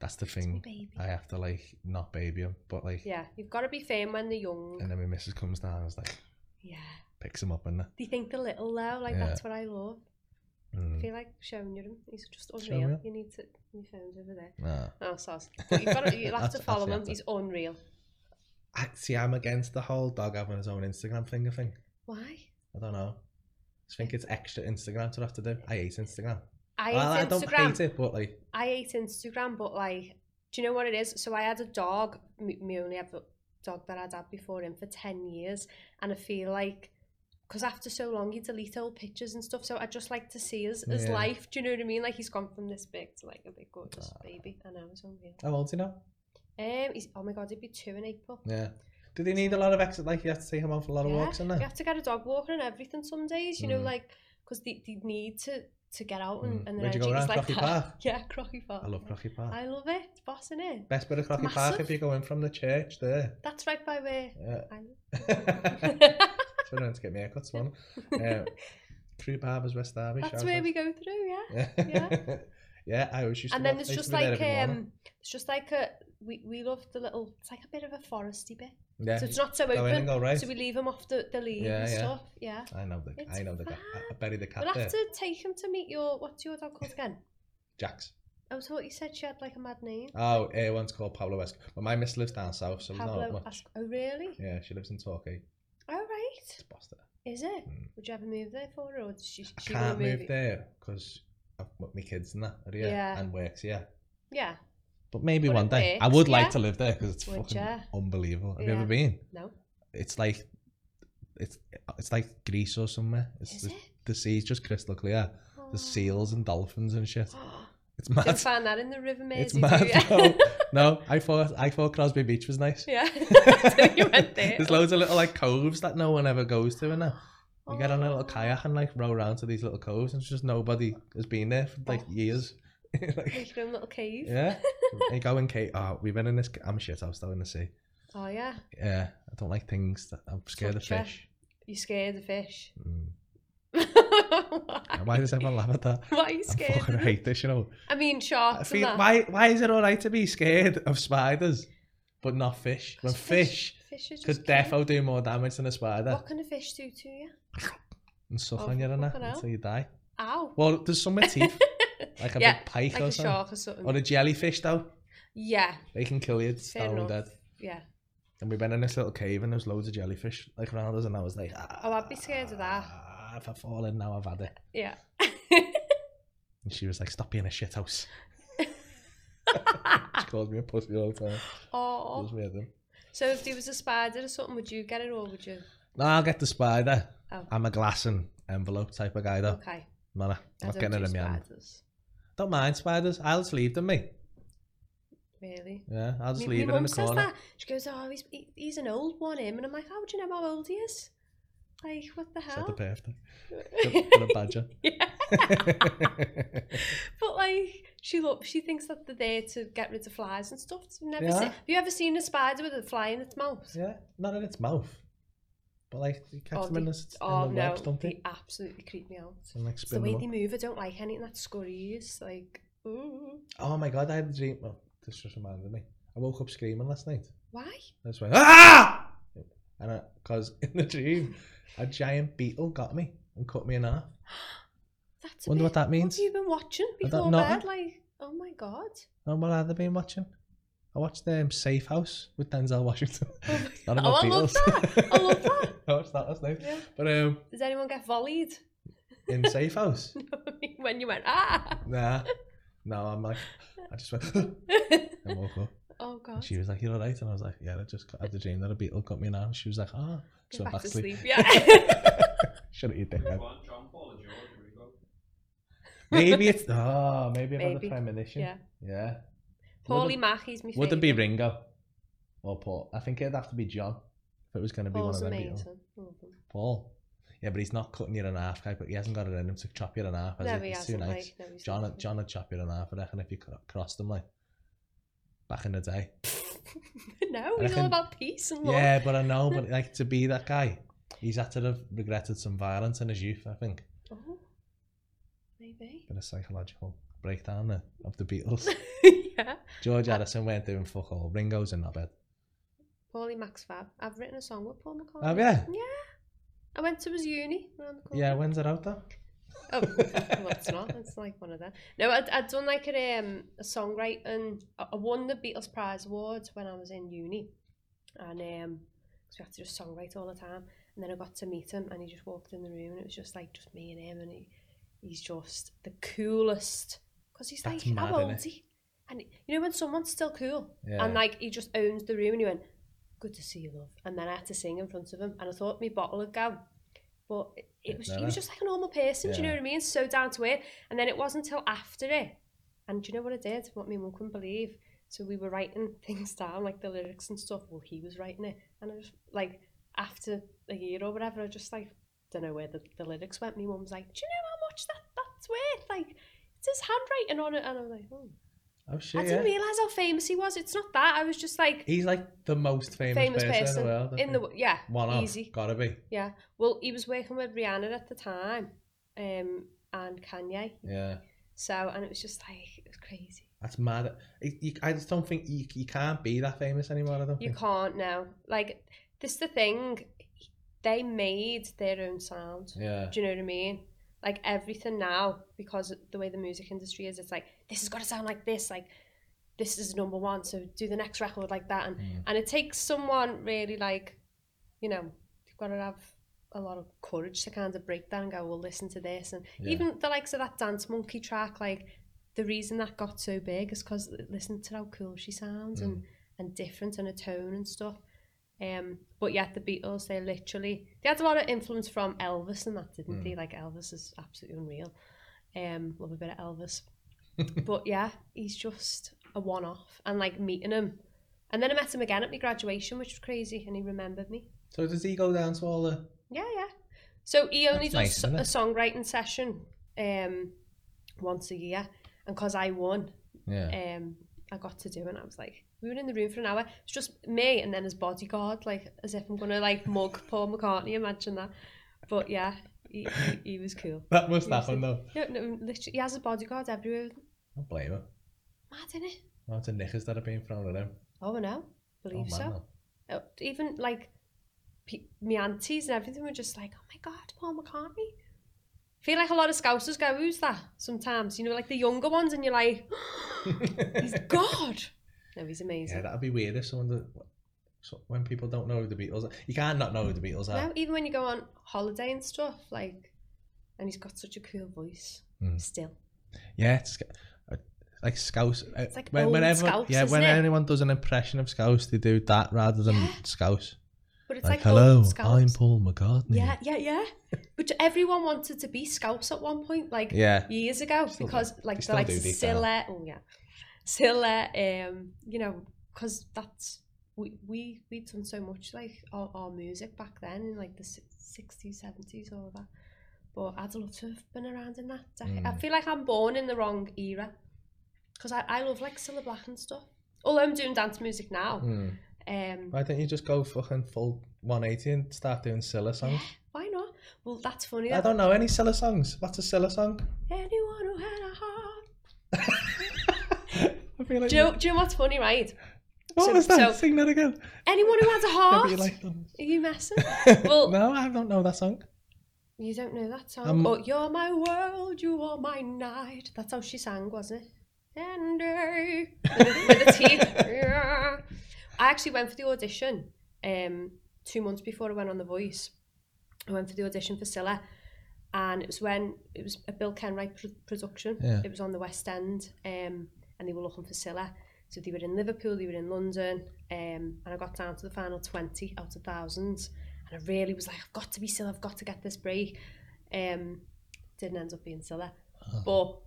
That's the
it's me
thing.
baby.
I have to like not baby him, but like,
Yeah, you've got to be firm when they're young.
and then my missus comes down and is like,
Yeah.
picks him up and
Do you think the little though? Like
Yeah.
that's what I love. I
mm,
feel like showing you him. He's just
Show
unreal.
you.
You need to. Your phone's over there.
nah.
Oh, sauce. But you've got to,
[LAUGHS]
you'll have to
That's-
follow
that's the
him. He's unreal.
I, see, I'm against the whole dog having his own Instagram thing. I think
Why?
I don't know. I think it's extra Instagram to have to do. I hate Instagram.
I hate
Well, I
Instagram.
don't hate it, but like,
I hate Instagram, but like, do you know what it is? So I had a dog. Me me only had the dog that I'd had before him for ten years, and I feel like because after so long, you delete all pictures and stuff. So I just like to see his, his
Yeah.
life. Do you know what I mean? Like he's gone from this big to like a big gorgeous
Ah.
baby. I know it's unreal.
how old's he now?
Um, he's, oh my god, he'd be two in April.
Yeah. Do they need a lot of extra? Like, you have to take him on for a lot of
Yeah,
walks, and
You
that.
have to get a dog walker and everything some days, you know,
Mm.
like because they, they need to to get out and,
Mm.
and their
Where'd you go
energy
round?
is like [LAUGHS]
Crocky
that.
Park?
Yeah, Crocky Park.
I love Crocky Park.
I love it. It's boss in it.
Best bit of Crocky
It's
Park
massive.
if you go in from the church there.
That's right by where
Yeah. [LAUGHS]
I live. [LAUGHS]
That's where I went to get my haircuts one. Uh, through Barbers West Derby.
That's
shout
where
out.
we go through, yeah.
Yeah.
[LAUGHS] yeah.
Yeah, I always used to
And then
walk-
there's
I used
just
to be there
like
every morning.
um, it's just like a we we love the little. It's like a bit of a foresty bit,
yeah.
so it's not so
go in and
um, open.
go right.
So we leave him off the the lead
Yeah,
and
yeah.
stuff. Yeah.
I know the
It's
I know the cat. I, I buried the cat
We'll
there.
have to take him to meet your what's your dog called again?
Jax.
I thought you said she had like a mad name.
Oh, uh, one's called Pablo Esco. But my miss lives down south, so there's not
Pablo.
much.
As- oh really?
Yeah, she lives in Torquay.
All right.
It's Boston.
Is it?
Mm.
Would you ever move there for her, or did she?
I
she wanna
can't move
it?
there because I've got my kids and that are here
Yeah.
and works here.
Yeah.
But maybe
But
one
it
day. I
works,
would
yeah.
like to live there because it's
Would
fucking
ya?
unbelievable. Have you
Yeah.
ever been?
No.
It's like it's it's like Greece or somewhere. It's
Is
the,
it?
the sea's just crystal clear.
Oh.
There's
[GASPS]
seals and dolphins and shit. It's [LAUGHS]
Didn't
mad.
find that in the River Mersey.
It's
do
mad.
ya?
No, [LAUGHS] no, I thought I thought Crosby Beach was nice.
[LAUGHS] Yeah.
[LAUGHS]
so you went there.
There's loads of little like coves that no one ever goes to, and you get on a
Oh.
little kayak and like row around to these little coves, and it's just nobody has been there for like
Oh.
years. [LAUGHS] like,
Make your own little cave. [LAUGHS]
yeah, you go in Kate. Oh, we've been in this. I'm shit. I was still in the sea.
Oh yeah.
Yeah, I don't like things. That, I'm scared
Torture.
of fish.
You scared of fish. [LAUGHS]
Mm.
why?
Why does everyone laugh at
[LAUGHS]
that?
Why are you
I
scared? of
fucking
them?
hate this. You know.
I mean,
I
sharks. and
feel,
that.
why why is it all right to be scared of spiders, but not fish? When
'Cause
fish
Fish are
could
just cute.
defo do more damage than a spider
What can a fish do to you?
and suck
Oh,
on you and that
fucking hell.
until you die.
Ow.
Well, there's some with
[LAUGHS]
teeth, like a
Yeah,
big pike
Like
or
a
something,
shark or something.
or a jellyfish though.
Yeah.
They can kill you
Fair
stone
enough.
dead.
Yeah.
And we've been in this little cave and there's loads of jellyfish like around us, and I was like, ah,
Oh, I'd be scared of that.
If I fall in now, I've had it.
Yeah.
And she was like, "Stop being a shit
[LAUGHS]
house." she called me a pussy all the time. It was
Oh.
weird. then.
So if there was a spider or something, would you get it or would you?
No, I'll get the spider.
Oh.
I'm a glass and envelope type of guy though.
Okay.
No, no,
I
not
don't
getting
do
rid of my hand.
spiders.
Don't mind spiders. I'll just leave them, me.
Really.
Yeah, I'll just
My-
leave
my
it in
mum
the
says
corner.
that. She goes, "Oh, he's he, he's an old one, him," and I'm like, "How do you know how old he is? Like, what the
Said
hell?"
the birthday. Got a badger.
[LAUGHS] Yeah. but like, she look, she thinks that they're there to get rid of flies and stuff. I've never
They
seen,
are.
have you ever seen a spider with a fly in
[LAUGHS]
its mouth?
yeah, not in its mouth. But like, you catch
Oh,
them in
they-
the, s- in
Oh
the
no,
webs, don't
they
they?
absolutely creep me out.
And like
It's the
spin
way
them
they
up.
move, I don't like anything that scurries. Like, ooh,
Oh my god, I had a dream. Well, this just reminded me. I woke up screaming last night.
why?
I just went, ah! And because [LAUGHS] in the dream, a giant beetle got me and cut me in half.
That's a
Wonder
bit-
what that
What
means.
have you been watching
I don't
before
know.
bed? Like, oh my god.
And what have they been watching? I watched um, Safe House with Denzel Washington. [LAUGHS] It's not
Oh, I love that. I love that.
[LAUGHS] I watched that last night.
Yeah.
But um,
Does anyone get volleyed [LAUGHS]
in Safe House,
when you went ah?
nah, no, I'm like, I just went [LAUGHS]
[LAUGHS]
and woke up.
oh
And
god.
she was like, "You're alright," and I was like, "Yeah, I just had the dream that a beetle cut me now." She was like, "Ah,"
Go
so
back to
sleep. [LAUGHS]
sleep. Yeah.
Shut it, you dickhead.
John Paul or George, here we go.
Maybe
[LAUGHS]
it's oh, maybe another
Maybe.
premonition.
yeah.
yeah.
Paulie Mackey's my
Would
favourite.
it be Ringo or Paul? I think it'd have to be John if it was going to be
Paul's
one of them.
amazing.
people.
Love him.
Paul. Yeah, but he's not cutting you in half, guy. But he hasn't got it in him to chop you in half. Has
No,
he?
he
It's too
hasn't.
nice.
Like, no, he's
John,
not.
would- John would chop you in half. I reckon if you cro- crossed him like back in the day.
[LAUGHS] no,
I
he's
reckon-
all about peace and love.
Yeah, but I know. But like to be that guy, he's had to have regretted some violence in his youth. I think
Oh, maybe. [LAUGHS]
bit of psychological breakdown there of the Beatles.
yeah.
George Harrison weren't doing fuck all. Ringo's in that bed.
Paulie Max Fab. I've written a song with Paul McCartney.
Have you?
I went to his uni around the corner.
Yeah, when's it out though?
Oh, well, it's not. It's like one of them. No, I'd, I'd done like a, um, a songwriting. I I won the Beatles Prize Awards when I was in uni. And um, 'cause we had to just songwrite all the time. And then I got to meet him and he just walked in the room and it was just like just me and him. And he, he's just the coolest. Because he's
That's
like,
mad,
how old
innit?
is he? And you know when someone's still cool?
Yeah.
And like he just owns the room and he went, good to see you, love. And then I had to sing in front of him and I thought my bottle would go. But it, it was, he
Never.
was just like a normal person, do you know
Yeah.
what I mean? So down to earth. And then it wasn't till after it. And do you know what I did? What my mum couldn't believe. So we were writing [LAUGHS] things down, like the lyrics and stuff. Well, he was writing it. And I was like, after a year or whatever, I just like, don't know where the, the lyrics went. My mum was like, do you know how much that, that's worth? Like, it's his handwriting on it. And I was like, oh.
Oh
I
shit!
didn't
Yeah.
realise how famous he was. It's not that. I was just like,
He's like the most famous,
famous
person, in
person.
the world. I
in the,
think.
wo- yeah,
one of,
easy.
gotta be.
Yeah. Well, he was working with Rihanna at the time um, and Kanye.
Yeah,
So, and it was just like, it was crazy.
that's mad. It- you- I just don't think you, you can't be that famous anymore. I don't
You
think.
can't now. Like, this is the thing. They made their own sound.
Yeah,
Do you know what I mean? Like, everything now, because of the way the music industry is, it's like, this has got to sound like this. Like, this is number one. So, do the next record like that. And,
Mm.
and it takes someone really, like, you know, you've got to have a lot of courage to kind of break that and go, well, listen to this. And
Yeah.
even the likes of that Dance Monkey track, like, the reason that got so big is because listen to how cool she sounds and, and different and her tone and stuff. Um, but yet the Beatles, they literally they had a lot of influence from Elvis and that, didn't they? Like Elvis is absolutely unreal. Um, love a bit of Elvis. but yeah, he's just a one off and like meeting him. And then I met him again at my graduation, which was crazy, and he remembered me.
so does he go down to all the?
Yeah, yeah. So he only
That's
does a
nice,
songwriting session um, once a year. And because I won,
Yeah,
um, I got to do, and I was like, we were in the room for an hour. It's just me and then his bodyguard, like as if I'm gonna like mug Paul McCartney. Imagine that. But yeah, he, he, he was cool.
that must happen though.
No, no, literally, he has a bodyguard everywhere.
I don't blame him.
Mad in it.
Amount of knickers that have been thrown at him.
Oh no, believe
oh, man,
so.
no.
Uh, Even like pe- my aunties and everything were just like, oh my god, Paul McCartney. Feel like a lot of scousers go, who's that? Sometimes, you know, like the younger ones, and you're like, [GASPS] he's
[LAUGHS]
God. No, he's amazing.
Yeah, that'd be weird if someone. That, so when people don't know who the Beatles are, you can't not know who the Beatles are.
No, even when you go on holiday and stuff, like, and he's got such a cool voice
Mm.
still.
Yeah, it's uh, like Scouse. uh,
It's like old Scouse,
yeah,
isn't
when
it?
anyone does an impression of Scouse, they do that rather than
Yeah.
Scouse.
But it's
Like,
like,
hello,
old Scouse.
I'm Paul McCartney.
Yeah, yeah, yeah. Which everyone wanted to be Scouse at one point, like
Yeah.
years ago,
Still do.
because like
still
they're like
do deep
Silla, oh yeah, Silla, um, you know, because that's we we we'd done so much like our, our music back then in like the sixties, seventies, all of that. But I'd love to have been around in that. decade. I
Mm.
feel like I'm born in the wrong era because I, I love like Silla Black and stuff. Although I'm doing dance music now,
Hmm.
um,
Why don't you just go fucking full 180 and start doing Silla
[GASPS]
songs?
why not? Well, that's funny.
I
That
don't know any Silla songs. What's a Silla song?
anyone who had a heart
I feel like
Do you, know, do you know what's funny, right?
what
so-
was that?
so-
Sing that again.
Anyone who
[LAUGHS]
has a
Maybe
heart,
you
are
like them.
you messing? Well,
no, I don't know that song.
you don't know that song. Oh,
Um,
but you're my world, you are my night. That's how she sang, wasn't it? Andy, with the teeth. Yeah. I actually went for the audition um, two months before I went on The Voice. I went for the audition for Scylla, and it was when it was a Bill Kenwright pr- production.
Yeah.
It was on the West End, um, and they were looking for Scylla. So they were in Liverpool, they were in London, um, and I got down to the final 20 out of thousands. And I really was like, I've got to be Scylla, I've got to get this break. Um, didn't end up being Scylla.
Oh.
But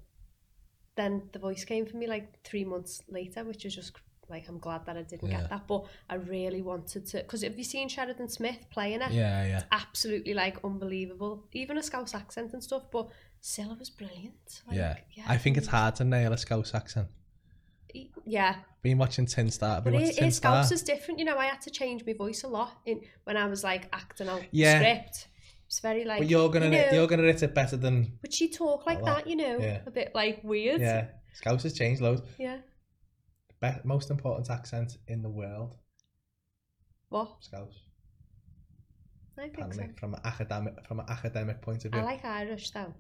then the voice came for me like three months later, which was just like I'm glad that I didn't
Yeah.
get that. But I really wanted to because have you seen Sheridan Smith playing it?
Yeah, yeah.
Absolutely like unbelievable. Even a Scouse accent and stuff, but Scylla was brilliant. Like,
yeah. I think it's hard to nail a Scouse accent.
he- Yeah,
Been watching Tin Star. I've
but
Been watching
his,
Tin
his
Star.
Scouse is different. You know, I had to change my voice a lot in when I was like acting out
Yeah.
script. It's very like.
But you're gonna
you know,
you're gonna write it better than
But she talk like
Like that.
that, you know,
Yeah.
a bit like weird.
yeah. Scouse has changed loads.
Yeah.
Be- most important accent in the world.
What?
Scouse.
I think so.
Apparently, from an academic from an academic point of view.
I like Irish though.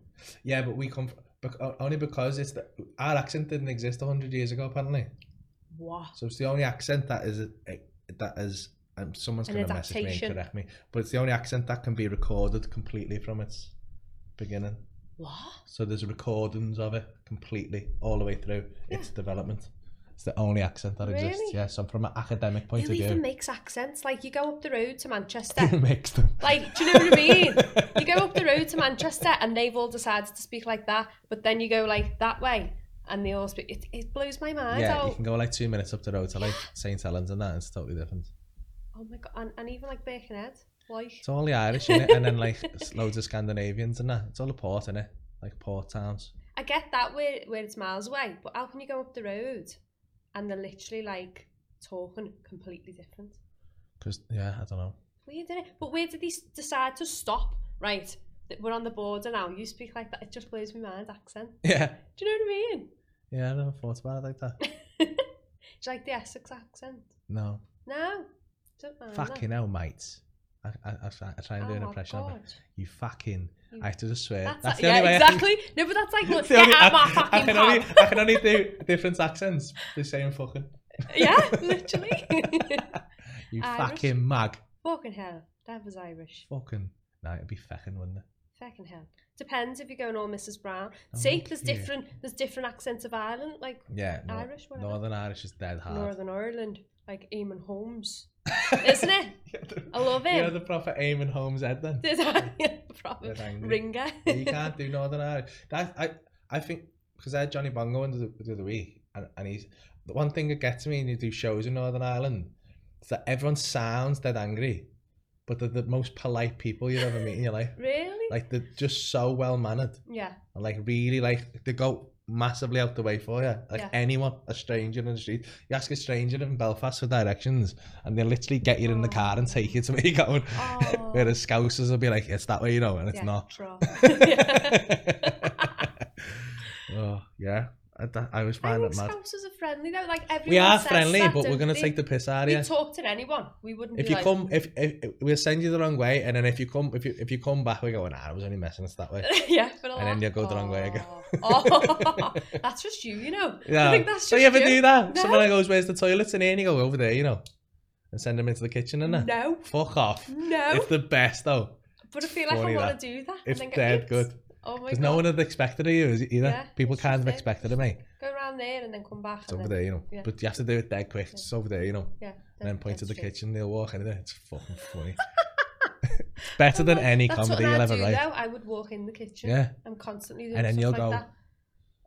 Yeah, but we come from, bec- o- only because it's the, our accent didn't exist hundred years ago. Apparently,
What?
so it's the only accent that is a, a- that is. Um, someone's
An
going to message me
adaptation.
and correct me, but it's the only accent that can be recorded completely from its beginning.
What?
So there's recordings of it completely all the way through its development. It's the only accent that exists.
Really?
Yeah, so from an academic point
Who
of [LAUGHS]
even
view,
makes accents? Like you go up
[LAUGHS]
the road to
who
Manchester.
makes them?
like, do you know what I mean? You go up the road to Manchester and they've all decided to speak like that, but then you go like that way and they all speak. It, it blows my mind
yeah, you
out.
can go like two minutes up the road to like St Helens and that. It's totally different.
Oh my god! And, and even like Birkenhead, like
It's all the Irish in it, and then
[LAUGHS]
like s- loads of Scandinavians and that. It's all the port in it, like port towns.
I get that where where it's miles away, but how can you go up the road and they're literally like talking completely different?
Because yeah, I don't know. [LAUGHS]
Weird, innit? But where did he s- decide to stop? Right, that we're on the border now. You speak like that. It just blows my mind. Accent.
Yeah,
Do you know what I mean?
yeah, I never thought about it like
[LAUGHS]
that.
Do you like the Essex accent?
No,
No. Don't mind
fucking hell, mate. I, I, I, try, I try
that.
and do an
Oh my
impression of it.
God.
You fucking.
You-
I have to just swear.
That's,
That's,
like
the
yeah,
only way. I can-
exactly. No, but
[LAUGHS]
that's like,
it's
look,
the
get
only-
out my
I- I
fucking
can only,
pub.
I can only do different accents. The same fucking.
Yeah,
[LAUGHS]
literally. [LAUGHS]
You
Irish.
fucking mag.
Fucking hell. That was Irish.
Fucking. No, it'd be fecking, wouldn't it?
Fucking hell. Depends if you're going all Mrs. Brown.
Oh,
See,
look
there's
here.
different there's different accents of Ireland, like
Yeah. No,
Irish, whatever.
Northern Irish is dead hard.
Northern Ireland, like Eamon Holmes. Isn't it?
[LAUGHS]
[LAUGHS]
You're the-
I love
You're
it.
the proper aim and Holmes head then.
Did [LAUGHS] I?
[LAUGHS]
Proper
You're angry.
ringer.
Yeah, you can't do Northern Irish. That I I think because I had Johnny Bongo in the, the other week, and, and he's the one thing that gets me when you do shows in Northern Ireland is that everyone sounds dead angry, but they're the most polite people you've ever met in your life.
[LAUGHS] Really?
Like they're just so well mannered [LAUGHS]
yeah.
and like really like they go massively out the way for you. Like
Yeah.
anyone, a stranger in the street, you ask a stranger in Belfast for directions, and they literally get you in the car and take you to where you're going.
Oh.
Whereas scousers will be like, it's that way, you know, and it's
yeah, [LAUGHS]
not. [LAUGHS]
trough.
oh, yeah. I, that, I was
I
finding
think
it mad.
spouses are friendly though. Like everyone
We are
says
friendly,
that,
but we're
don't
gonna
they?
take the piss out of
We
you.
talk to anyone. We wouldn't.
If
be
you
like, "Mm."
come, if, if, if- we'll send you the wrong way, and then if you come, if you if you come back, we're going. Ah, I was only messing. It's that way.
[LAUGHS] yeah, for a
and then
laugh.
you'll go the wrong way again.
Oh, [LAUGHS] that's just you, you know. I think that's
so
just
you ever
you.
do that?
No.
Someone goes, "Where's the toilet?" and here and you go over there, you know, and send them into the kitchen, and that.
No,
Fuck off.
no.
It's the best though.
but I feel like I
funny
want
that.
to do that.
It's
and then go,
dead
"Oops."
good
Oh my
because
god.
no one had expected of you is it, either.
Yeah,
People
it's
kind
just
of
it.
expected of me.
Go around there and then come back.
It's
and
over
then,
there, you know.
yeah.
But you have to do it dead quick. It's over there, you know.
Yeah.
and then point to the
that's true.
kitchen. They'll walk in there. It's fucking
[LAUGHS]
funny. [LAUGHS] It's better
Oh
than
my-
any
that's
comedy
what
you'll
I
ever
do,
write.
Though. I would walk in the kitchen.
Yeah,
I'm constantly doing
And then
stuff
you'll
like
go-
that.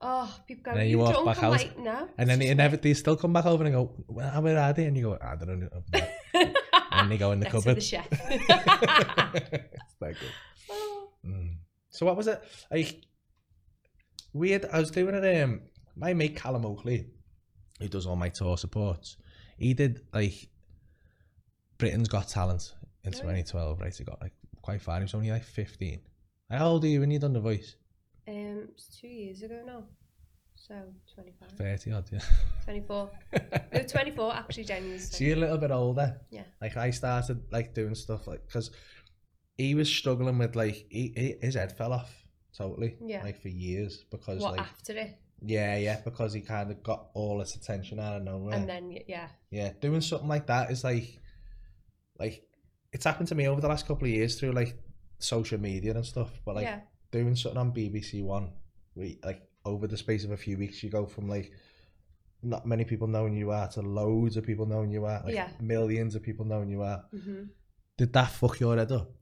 Oh, people go.
And then
"Are
you walk
drunk?
back
I'm
out.
Like, no.
and then inevitably you still come back over and go, "Well, "Where are they?" And you go, "I don't know."
[LAUGHS]
Up there." and they go in the
Next to the
cupboard.
chef.
It's that good.
[LAUGHS] Oh,
Mm. So what was it? Like weird. I was doing it. Um, my mate Callum Oakley, who does all my tour supports, he did like Britain's Got Talent in
Oh, yeah.
2012. Right, he got like quite far. He was only like 15. How old are you when you done the voice?
um, it's two years ago now. So 25.
30 odd. Yeah. [LAUGHS]
24. no, 24 actually, January's.
So you're a little bit older.
Yeah.
Like I started like doing stuff like because he was struggling with like he, he, his head fell off totally.
Yeah.
Like for years because
What
like
after it?
Yeah, yeah, because he kind of got all his attention out of nowhere.
And then y- yeah,
yeah, doing something like that is like, like, it's happened to me over the last couple of years through like social media and stuff. But like
yeah,
doing something on BBC One, we like over the space of a few weeks, you go from like not many people knowing you are to loads of people knowing you are, like
Yeah.
millions of people knowing you are.
hmm
Did that fuck your head up?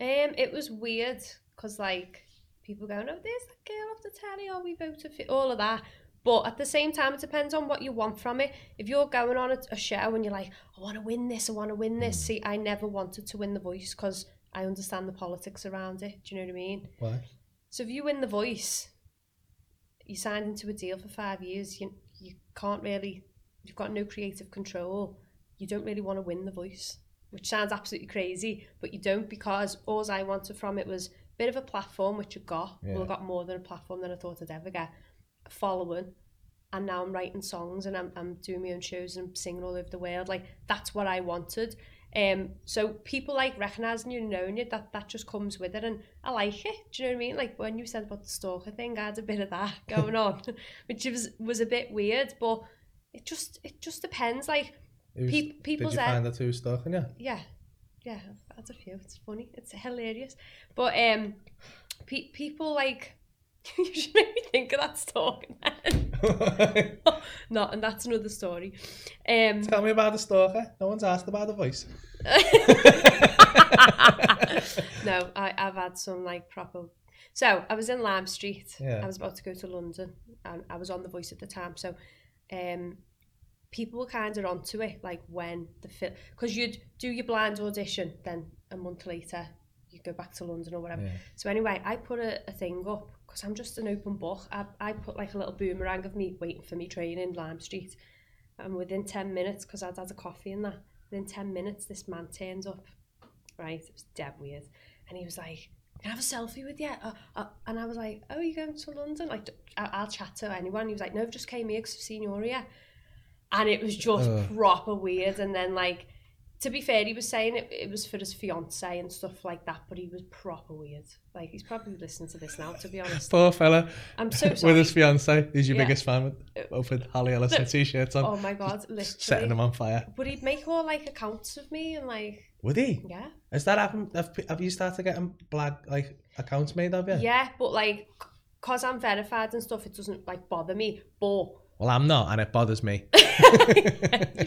Um, it was weird because like people going, oh, there's that girl off the telly, or we voted for all of that. But at the same time, it depends on what you want from it. If you're going on a, a show and you're like, I want to win this, I want to win this.
Mm.
See, I never wanted to win the voice because I understand the politics around it. Do you know what I mean?
Why?
So if you win the voice, you signed into a deal for five years. You you can't really, you've got no creative control. You don't really want to win the voice, which sounds absolutely crazy, but you don't because all I wanted from it was a bit of a platform, which I got. Well,
Yeah.
I got more than a platform than I thought I'd ever get. A following, and now I'm writing songs and I'm I'm doing my own shows and I'm singing all over the world. Like that's what I wanted. Um, so people like recognizing you, and knowing you, that that just comes with it, and I like it. Do you know what I mean? Like when you said about the stalker thing, I had a bit of that [LAUGHS] going on, which was was a bit weird, but it just it just depends. Like
It was-
Peop-
did
people's
you
head-
find that too stalking you?
yeah, yeah, I've had a few. It's funny. It's hilarious. But um, pe- people like [LAUGHS] you should make me think of that stalker. [LAUGHS] then. no, and that's another story.
[LAUGHS]
Um,
[LAUGHS]
[LAUGHS]
Tell me about the stalker. No one's asked about the voice.
no, I, I've had some like proper. So I was in Lime Street.
Yeah.
I was about to go to London, and I was on The Voice at the time. So, um, people were kind of onto it, like when the film, because you'd do your blind audition, then a month later you go back to London or whatever.
Yeah.
So anyway, I put a, a thing up because I'm just an open book. I, I put like a little boomerang of me waiting for me train in Lime Street. And within 10 minutes, because I'd had a coffee and that, within 10 minutes, this man turns up. Right, it was dead weird. And he was like, can I have a selfie with you? Uh, uh, and I was like, oh, you going to London? Like, I- I'll chat to anyone. He was like, no, I've just came here because I've seen you here. And it was just
Ugh.
proper weird. And then, like, to be fair, he was saying it, it was for his fiance and stuff like that, but he was proper weird. Like, he's probably listening to this now, to
[LAUGHS]
be honest.
Poor fella
I'm so
with
sorry.
his fiance. He's your
Yeah. Uh,
biggest fan with, both with Holly Ellison t-shirts on,
Oh my God,
setting
literally.
them on fire.
But he'd make all like accounts of me and like,
Would he?
yeah.
Has that happened? Have, have you started getting black like accounts made of you?
Yeah, but like, because I'm verified and stuff, it doesn't like bother me. But [LAUGHS]
Well, I'm not, and it bothers me.
you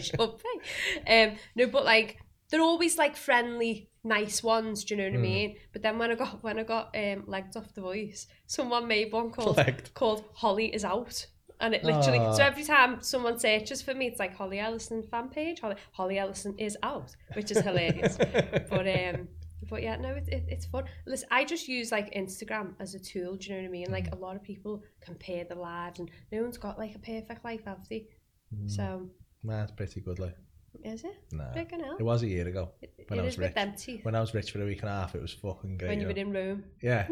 [LAUGHS]
should pay. Um, no, but like they're always like friendly, nice ones. Do you know what I
Mm.
mean? But then when I got when I got um, legged off the voice, someone made
[LAUGHS]
one called
Legged.
called Holly is out. And it literally,
Aw.
so every time someone searches for me, it's like Holly Ellison fan page, Holly, Holly Ellison is out, which
[LAUGHS]
is hilarious. but um but yeah no it, it, it's fun listen i just use like instagram as a tool do you know what i mean like a lot of people compare their lives and no one's got like a perfect life have they so
Mm, Nah, it's pretty good, like.
is it
Nah.
Fucking hell.
It was a year ago.
It-
Ah. When I
it
was
is with
rich.
them teeth
When I was rich for a week and a half, it was fucking great.
when you
you
were
know.
in rome [LAUGHS]
Yeah.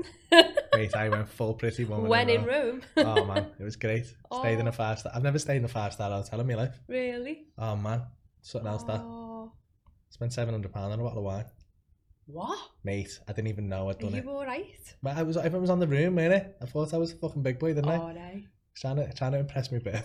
Mate, I went full pretty woman.
when in
Rome.
rome [LAUGHS]
oh man, it was great. Stayed in
Oh.
a five star. I've never stayed in a five star hotel in my life.
really
Oh man, something else that.
Oh,
Spent seven hundred pound on a bottle of wine,
what
mate. I didn't even know I'd
are
done
you
it.
all right
But I was everyone was on the room, weren't it? I thought I was a fucking big boy, didn't I?
all right
Trying to trying to impress me a bit.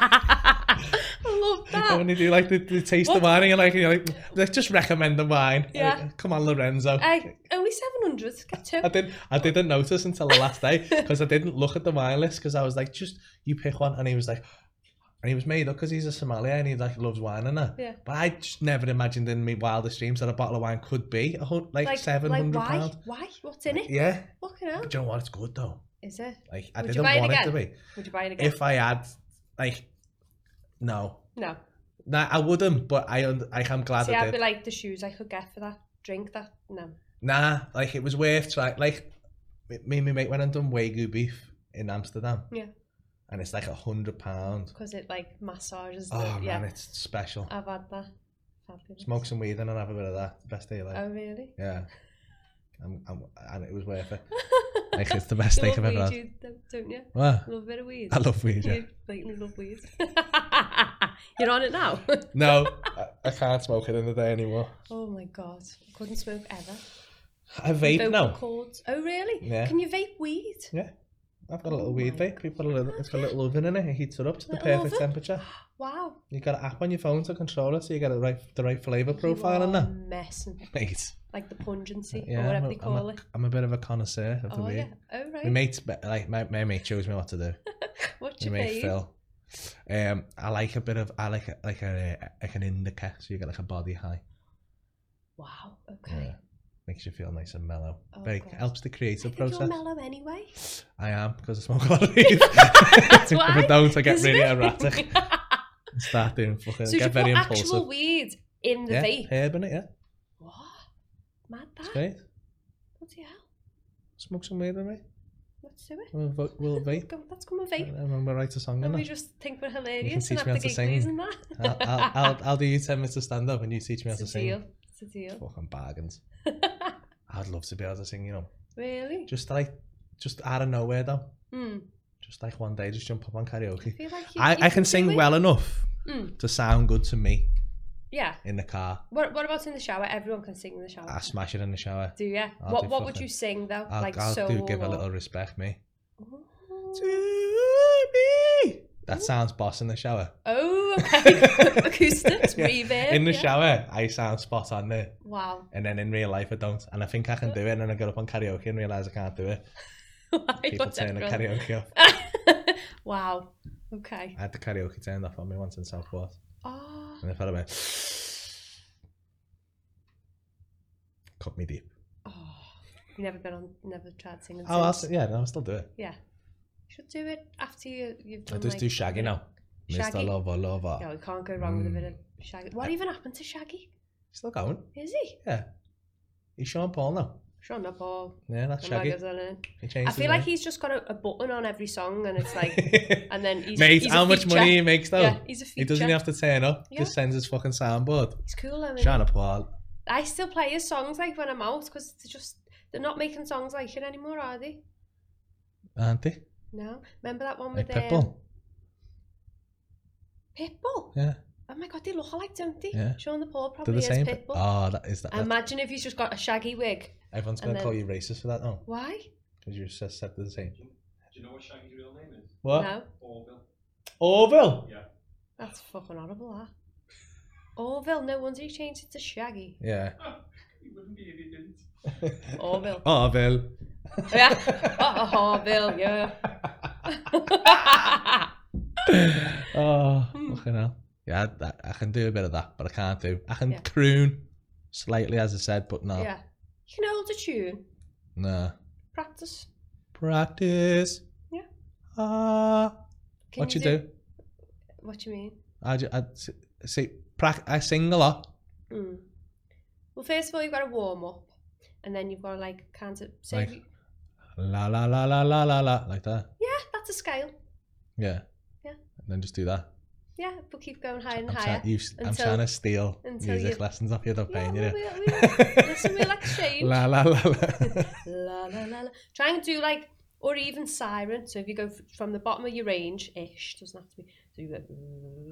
[LAUGHS]
i love
And when
that
they do like the, the taste of
Ah. What?
wine, and you're like, you're like, "Let's just recommend the wine.
Yeah.
Come on, Lorenzo.
hey only 700 get two
I didn't. I didn't notice until the last day because I didn't look at the wine list because I was like, just you pick one, and he was like, and he was made up because he's a sommelier and he like loves wine and that.
Yeah.
But I just never imagined in my wildest dreams that a bottle of wine could be a hun- like,
like,
seven
like
hundred
why
pounds.
why what's in it
Yeah.
fucking hell
But you know what? It's good though.
is it
Like I
Would you
didn't
buy it
want it to be.
would you buy it again
If I had, like, no,
no
no, I wouldn't. But I, und- like, I'm glad
See,
I
I'd
did.
be like the shoes I could get for that drink. That no,
Nah, like it was worth try. Like me- me and my mate went and done wagyu beef in Amsterdam.
Yeah.
And it's like a hundred pound.
because it like massages. The,
Oh
yeah, Uh,
man, it's special.
I've had that. Fabulous.
Smoke some weed and then have a bit of that. Best day of your life.
Oh really?
Yeah. I'm, I'm, and it was worth
[LAUGHS]
it. Like it's the best
you
steak
love
I've
weed,
ever had.
you, don't- don't you?
What?
You Love a bit of weed.
I love weed. Yeah.
You blatantly love weed. [LAUGHS] You're on it now. [LAUGHS]
no, I, I can't smoke it in the day anymore.
oh my god, I couldn't smoke ever.
I vape
Vocal
now.
cords. Oh really?
Yeah.
Can you vape weed?
Yeah. I've got a little
Oh
weed
my
vape. You put a little, it's got a little oven in it. It heats it up to the
Little
perfect
oven?
temperature.
Wow.
You got an app on your phone to control it, so you get a right, the right flavour
You
profile in
are
there.
Messing.
Mate,
Like the pungency or
yeah, I'm
whatever
a,
they
I'm a-
call it.
I'm a bit of a connoisseur of the
Oh,
weed.
yeah. Oh, right.
My mate's be- like my, my mate shows me what to do.
What's
My
your
mate
fave?
Phil. Um, I like a bit of I like a, like a uh, like an indica, so you get like a body high.
Wow. Okay.
Yeah, makes you feel nice and mellow.
Oh,
Very
God.
helps the creative
I think
process.
You're mellow anyway.
I am because I smoke a lot
[LAUGHS]
of weed. That's if I
why,
don't, I get
isn't
really
it? [LAUGHS]
erratic. and Start doing fucking
so you
get
put
very impulsive.
actual weed in the
yeah,
vape.
herb in it. Yeah,
What? Mad
it's
that.
great.
Bloody hell.
Smoke some weed with me.
Let's do it.
We'll, vo- we'll vape.
Go- Let's come and
I
vape.
remember write a song
And
on
we
it.
just think we're hilarious
teach
and
me how
have the
to
gig
sing.
fees and that.
I'll, I'll, I'll, I'll do you 10 minutes of stand up and you teach me how
it's
to
a
sing.
deal. It's a deal.
Fucking
[LAUGHS]
bargains. I'd love to be able to sing, you know.
really?
Just like, just out of nowhere though.
Hmm.
Just like one day, just jump up on
I
karaoke.
feel like you,
[LAUGHS] I,
you
I can
do
sing
it.
well enough
Mm.
to sound good to me
Yeah.
in the car.
What What about in the shower? Everyone can sing in the shower.
I smash it in the shower.
do you?
I'll
what
do
What would
fucking-
you sing though?
I'll,
like
I'll
soul
do give a
or-
little respect, me.
Oh.
To me. That sounds boss in the shower.
Oh, okay. [LAUGHS] Acoustics,
Yeah.
reverb.
In the
yeah.
shower, I sound spot on there.
Wow. [LAUGHS]
And then in real life, I don't. And I think I can do it. And then I get up on karaoke and realise I can't do it. People turn the karaoke off.
karaoke. wow. Okay.
I had the karaoke turned off on me once in Southport.
Oh,
And the fella went, cut me deep.
oh. You never been on, never tried singing.
Oh, I'll, s-
since?
yeah, no, I'll still do it.
Yeah. You should do it after you, you've
I
done
just
like,
do Shaggy now.
Shaggy.
Mr. Lover, Lover.
No, we can't go wrong with a bit of
Mm.
Shaggy. What even happened to Shaggy?
Still going.
Is he?
Yeah. He's Sean Paul now.
Sean the ball.
Yeah, that's
The
Shaggy.
magazine.
He
I
changed
feel like he's just got a, a button on every song and
[LAUGHS]
it's like,
like.
and then he's
Mate,
he's a
how much
feature.
money he makes though?
Yeah, he's a feature.
he doesn't have to turn up.
Yeah.
Just sends his fucking soundboard.
He's cool, I mean.
Sean Paul.
I still play his songs like when I'm out because they're just they're not making songs like it anymore, are they?
Auntie.
No. Remember that one
Like
with
Pitbull.
Um, Pitbull.
Yeah.
Oh my god, they look alike, don't they?
Yeah.
Sean the Paul
They're
probably
the
is
same.
Pitbull.
Oh, that is that. that-
Imagine if he's just got a shaggy wig.
Everyone's
and
going to call
then-
you racist for that now.
Why?
Because you just said the same.
Do you know what Shaggy's real name is?
What?
No,
Orville.
Orville.
Yeah.
that's fucking horrible. That. Orville. No wonder he changed it to Shaggy.
Yeah.
He wouldn't be if he didn't.
[LAUGHS]
Orville. [LAUGHS]
Orville.
yeah. Oh,
[LAUGHS]
Orville. Yeah.
oh,
Hmm.
fucking hell. Yeah, that, I can do a bit of that, but I can't do. I can
Yeah.
croon slightly, as I said, but no.
yeah. You can hold a tune.
No.
Practice.
Practice.
Yeah.
Ah.
Can
what you do?
What you mean?
I, ju- I s- see. Prac- I sing a lot.
Mm. Well, first of all, you've got to warm up, and then you've got to like kind of say,
Like- La la la la la la la, like that.
yeah, that's a scale.
Yeah.
Yeah.
And then just do that.
Yeah, but keep going higher and
I'm,
higher.
try- you, s- I'm
until-
trying to steal
until
music
you-
lessons off you, though,
yeah,
paying you.
we,
[LAUGHS] know.
we, we, listen, we like change. La.
La la la
[LAUGHS]
la.
la la la Try and do like, or even siren. So if you go f- from the bottom of your range, ish, doesn't have to be. So you go.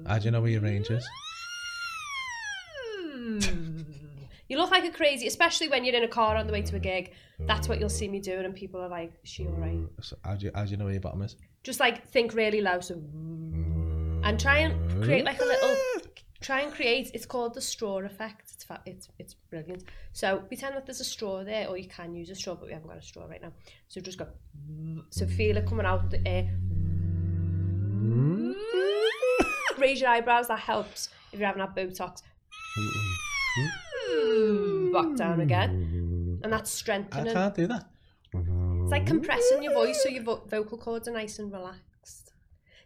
How do you know where your range is?
You look like a crazy, especially when you're in a car on the way to a gig. That's what you'll see me doing, and people are like, "Is she alright?"
Mm, So how, do you, how do you know eh, where your bottom is?
Just like think really loud. So. Mm. and try and create like a little try and create it's called the straw effect it's fa- it's, it's brilliant so pretend that there's a straw there or you can use a straw but we haven't got a straw right now so just go so feel it coming out the air
Mm.
raise your eyebrows that helps if you're having that botox back down again and that's
I
strengthening
can't do that.
it's like compressing your voice so your vo- vocal cords are nice and relaxed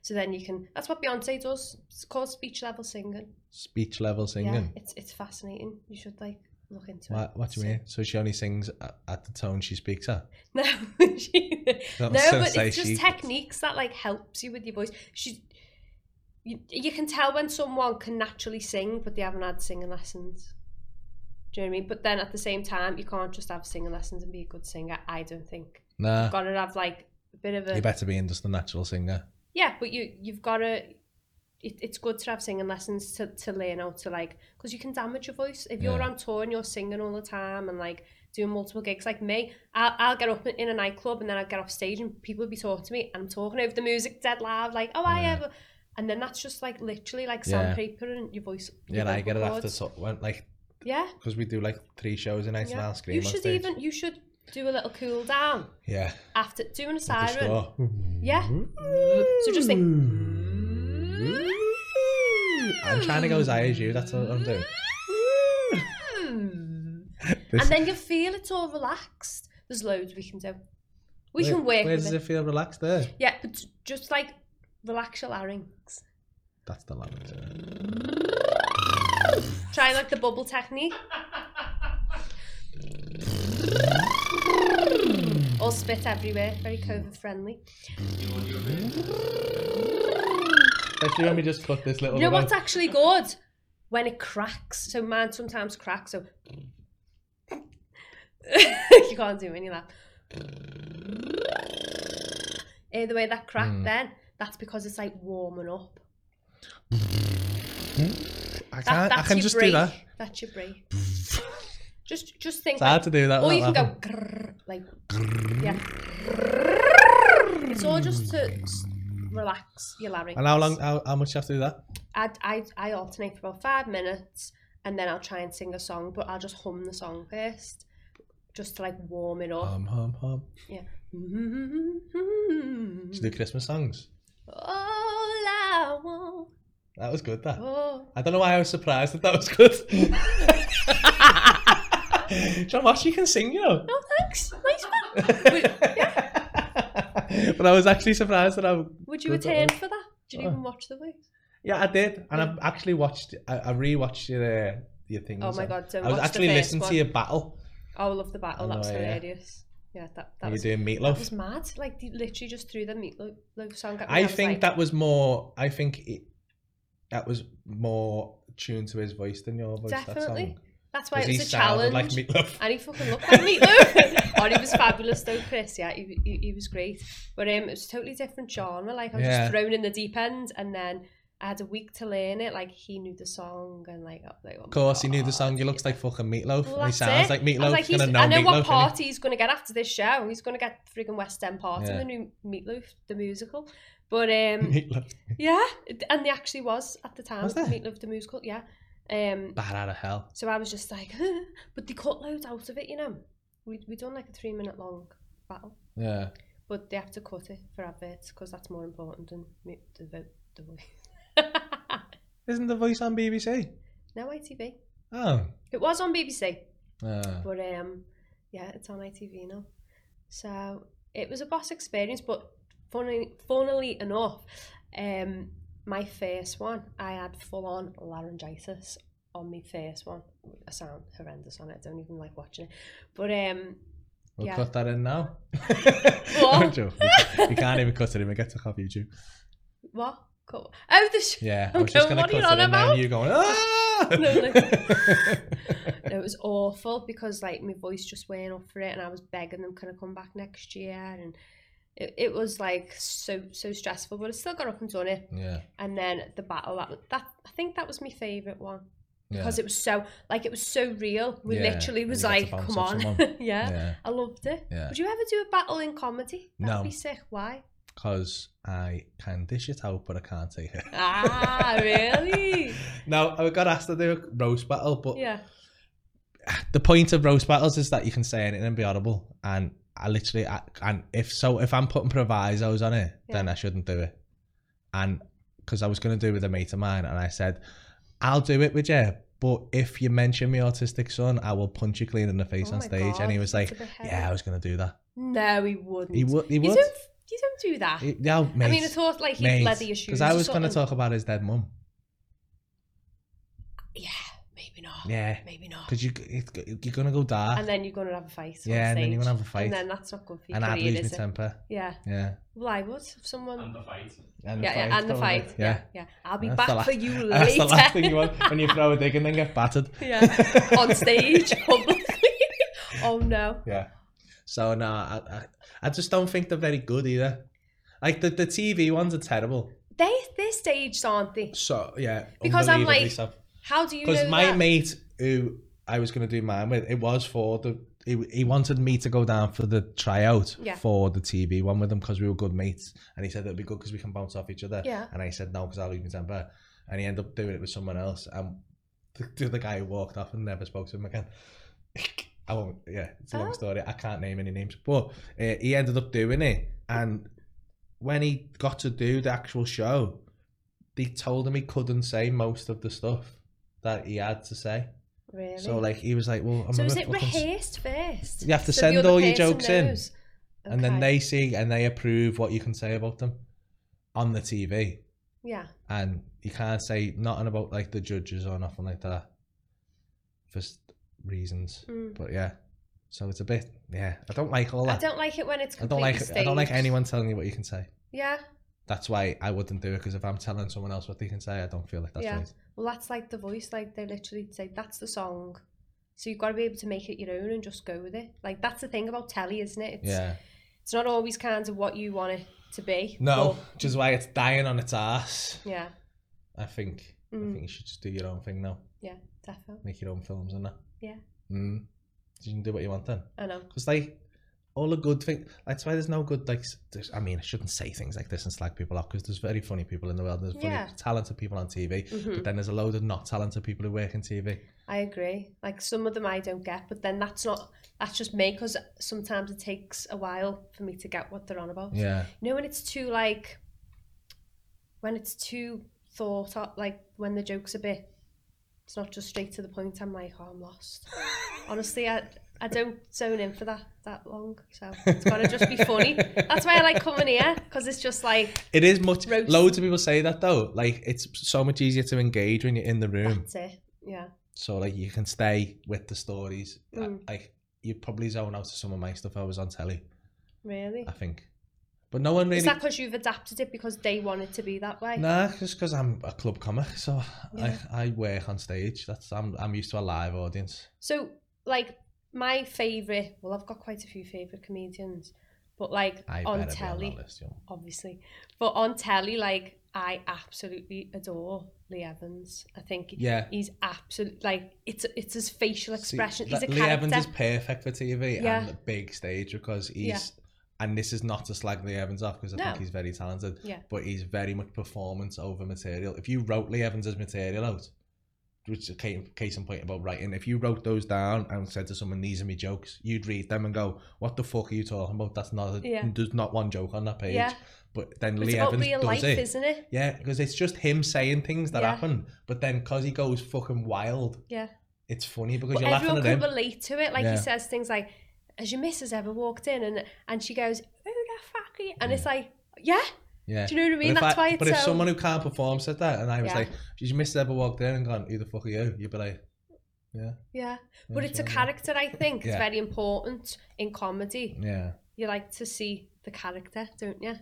so then you can that's what Beyonce does it's called speech level singing
Speech level
Yeah,
singing.
it's it's fascinating. You should like look into it.
What, what do you
So-
mean? So she only sings at, at the tone she speaks at?
[LAUGHS] No, she, no,
was gonna
but
say
it's just
she-
techniques that like helps you with your voice. She, you, you can tell when someone can naturally sing, but they haven't had singing lessons. Do you know what I mean? But then at the same time, you can't just have singing lessons and be a good singer. I don't think.
Nah.
You've got to have like a bit of
Uh. You
a
better be in just a natural singer.
yeah, but you you've got to. It, it's good to have singing lessons to, to learn how to like because you can damage your voice if you're
Yeah.
on tour and you're singing all the time and like doing multiple gigs like me, I'll, I'll get up in a nightclub and then I'll get off stage and people will be talking to me and I'm talking over the music dead loud, like, oh, I
Yeah.
have. a-" And then that's just like literally like
Yeah.
sandpaper and your voice. your
Yeah, and I
vocal
get it after
cords.
so, when, like
Yeah.
because we do like three shows a night and
yeah.
I'll scream
You
on
should
stage.
even, you should do a little cool down
yeah,
after doing a
at the
siren.
store.
Yeah. So just think.
I'm trying to go as high as you. That's what I'm doing.
Hmm.
This- [LAUGHS]
and then you feel it's all relaxed. There's loads we can do. We
Where-
can work
Where
with
does it
it.
feel relaxed there?
Yeah, but j- just like relax your larynx.
That's the larynx.
Try like the
[LAUGHS]
bubble technique. Or spit everywhere. Very COVID friendly.
You know, you're there.
Especially when we just cut this little.
You know
bit
what's
out.
actually good? When it cracks. So mine sometimes cracks. So [LAUGHS] you can't do any of that. Eh, the way that crack
Mm.
then, that's because it's like warming up.
I
That,
can't. I
that's
can
your
just
break.
do that.
That's your break. just just think
It's hard to do that.
Or you can
without
go
laughing.
grrr, like yeah. It's all just to s- relax your larynx.
And how long? How, how much do you have to do that?
I, I I alternate for about five minutes, and then I'll try and sing a song, but I'll just hum the song first, just to like warm it up.
Hum hum hum. Oh. Do you do Christmas songs?
[LAUGHS] All I want.
That was good. That.
Oh.
I don't know why I was surprised that that was good. [LAUGHS] John Watts, you can sing, you know.
Oh, thanks. Nice one.
[LAUGHS] but I was actually surprised that I.
Would you
Good, that
attend for that? Did you
Oh.
even watch the voice?
Yeah, I did, and I actually watched. I, I rewatched your uh, your thing.
Oh my god! Don't
I was
watch
actually
the first
listening
one.
to your battle.
Oh, I love the battle.
I
That was
know, yeah.
hilarious. Yeah, that that
You're
was
doing
That was
meatloaf.
mad. Like they literally just threw the meatloaf song at me.
I
was
think
like,
that was more. I think it, that was more tuned to his voice than your voice. That
Definitely.
song.
that's why it
he
was a
sounded
challenge.
like
[LAUGHS]
meatloaf.
and he fucking looked like meatloaf. oh, he was fabulous though, Chris. Yeah, he, he, he was great. But um, it was a totally different genre. Like I was
Yeah.
just thrown in the deep end, and then I had a week to learn it. Like he knew the song, and like, oh, like
Of course, he knew the song. He looks like fucking meatloaf.
Well,
and he
that's
sounds
it.
like
I was
meatloaf.
like, he's,
gonna
I know what
meatloaf, innit?
party he's going to get after this show. He's going to get frigging West End party,
Yeah.
the new Meatloaf, the musical.
[LAUGHS] [LAUGHS]
But um,
Meatloaf.
Yeah, it- and they actually was at the time.
Was there?
Meat Love the Musical, yeah. Um,
Bad out of hell.
so I was just like, but they cut loads out of it, you know. We we done like a three minute long battle,
Yeah.
but they have to cut it for adverts because that's more important than me- the vote, the voice. [LAUGHS]
Isn't the voice on BBC?
no ITV.
Oh.
It was on BBC,
Ah.
but um, yeah, it's on ITV now. So it was a boss experience, but funny, funnily enough, um, my first one, I had full on laryngitis on my first one. I sound horrendous on it. I don't even like watching it, but um,
we'll
yeah.
cut that in
[LAUGHS]
now. I'm joking. you can't even cut it in. It gets off YouTube.
what? Cool. Oh, the sh-
Yeah. I
I'm
was just
going,
going
"What
to
are you
cut
on
it in
about?"
and you going,
[LAUGHS]
ah!
No, like- it was awful because like my voice just went up for it, and I was begging them, "Can I come back next year?" and it, it was like so so stressful, but I still got up and done it.
[LAUGHS] yeah.
and then the battle that was- that I think that was my favorite one
Yeah.
because it was so like it was so real. We
Yeah,
literally
and
was
you got to
like,
bounce
come
off
on,
someone.
[LAUGHS] yeah.
Yeah.
I loved it.
Yeah.
Would you ever do a battle in comedy? That'd
No.
be sick. Why?
Because I can dish it out, but I can't take it.
Ah,
[LAUGHS]
really?
No, I got asked to do a roast battle, but
yeah.
the point of roast battles is that you can say anything and be audible. And I literally, I, and if so, if I'm putting provisos on it, then
Yeah.
I shouldn't do it. And because I was going to do it with a mate of mine, and I said, I'll do it with you, but if you mention my autistic son, I will punch you clean in the face
Oh
on
my
stage. and he
God,
was like,
that's a bit heavy.
Yeah, I was going to do that.
No, he wouldn't.
He would, he
You
would.
don't. You don't do that.
He- yeah, mate,
I mean, I thought like he'd leather your shoes.
because I
or
was going to
something.
talk about his dead mum.
Yeah, maybe not.
Yeah,
Maybe not.
because you, it, you're going to go dark.
And then you're gonna have a fight. on
yeah, and then you're
stage.
going to have a fight.
And then that's not good for your
And I'd
career,
lose my
is it?
temper.
Yeah.
Yeah.
Well, I would if someone.
And the fight.
And
yeah, yeah, and the
probably.
fight. Yeah, yeah. I'll be
That's the
back
la-
for you later.
[LAUGHS] That's the last thing you want when you throw a dig and then get battered.
[LAUGHS] yeah,
[LAUGHS]
on stage publicly. [LAUGHS] oh no.
Yeah. So no, I, I, I just don't think they're very good either. Like the, the TV ones are terrible.
They they're staged, aren't they?
So yeah,
Because I'm
unbelievably so.
like, How do you
because
know
my
that?
mate who I was going to do mine with, it was for the he, he wanted me to go down for the tryout
Yeah.
for the TV one with him because we were good mates, and he said it'd be good because we can bounce off each other.
Yeah.
And I said no because I'll lose my temper, and he ended up doing it with someone else. And the, the other guy who walked off and never spoke to him again. [LAUGHS] I won't. Yeah, it's a long
Oh.
story. I can't name any names, but uh, he ended up doing it. And when he got to do the actual show, they told him he couldn't say most of the stuff that he had to say.
Really?
So like he was like, "Well, I'm
So
a
is
bit
it
fucking s-
rehearsed first?
You have to
So the
send
other
all your
person
jokes in,
knows?
and then
Okay.
they see and they approve what you can say about them on the TV,
Yeah.
and you can't say nothing about like the judges or nothing like that for s- reasons.
Mm.
But yeah, so it's a bit yeah. I don't like all
I
that.
don't like it when it's
I don't
completely
like I don't like
staged.
anyone telling you what you can say.
Yeah.
That's why I wouldn't do it because if I'm telling someone else what they can say, I don't feel like that's
Yeah.
right.
Well, that's like the voice. Like they literally say, "That's the song." So you've got to be able to make it your own and just go with it. Like that's the thing about telly, isn't it? It's,
Yeah,
It's not always kind of what you want it to be.
no, which is why it's dying on its ass.
but- yeah.
I think I
Mm.
think you should just do your own thing now.
Yeah. Definitely.
make your own films and that.
Yeah.
Mm. So you can do what you want then.
I know.
Because like all the good thing, that's why there's no good like. s- There's, I mean, I shouldn't say things like this and slag people off because there's very funny people in the world. There's funny,
Yeah.
talented people on TV,
Mhm.
but then there's a load of not talented people who work in TV.
I agree. Like some of them I don't get, but then that's not. That's just me because sometimes it takes a while for me to get what they're on about.
Yeah,
You know when it's too like when it's too thought out like when the joke's a bit it's not just straight to the point, I'm like, oh I'm
[LAUGHS]
lost. Honestly, I I don't zone in for that that long,
[LAUGHS]
so it's gotta just be funny. That's why I like coming here, because it's just like
it is much.
Roast.
Loads of people say that though. Like it's so much easier to engage when you're in the room.
that's it. Yeah.
so like you can stay with the stories. I-
Mm.
Like you probably zone out to some of my stuff I was on telly.
Really?
I think, but no one Uh, really.
Is that because you've adapted it because they want it to be that way?
Nah, just because I'm a club comic, so
Yeah.
I, I work on stage. That's I'm I'm used to a live audience.
So like my favourite well I've got quite a few favourite comedians, but like
I
on
better
telly.
be on that list, you know.
obviously. But on telly, like I absolutely adore Lee Evans. I think
Yeah.
he's absolute like it's it's his facial
See,
expression. he's a
that- Lee
character.
Evans is perfect for TV
Yeah.
and the big stage because he's. And this is not to slag Lee Evans off because I think
No.
he's very talented,
Yeah.
but he's very much performance over material. If you wrote Lee Evans' material out, which is a ca- case in point about writing, if you wrote those down and said to someone, "These are my jokes," you'd read them and go, "What the fuck are you talking about? That's not a,
Yeah.
there's not one joke on that page."
Yeah.
But then
It's
Lee
about
Evans
real
does
life,
it.
is isn't it?
Yeah, because it's just him saying things that
Yeah.
happen, but then because he goes fucking wild,
Yeah.
it's funny because
But
you're laughing
everyone
at
can
him.
relate to it. Like
Yeah.
he says things like, "As your missus ever walked in," and and she goes, "Who the fuck are you?" And it's like, yeah,
Yeah.
do you know what I
But
mean?
if I-
That's why it's um,
But if
so.
someone who can't perform said that, and I was
Yeah.
like, "She's missed ever walked in and gone, who the fuck are you?" You'd be like, "Yeah."
Yeah,
yeah,
but it's a
sure, yeah."
character. I think
Yeah.
it's very important in comedy.
Yeah.
You like to see the character, don't you?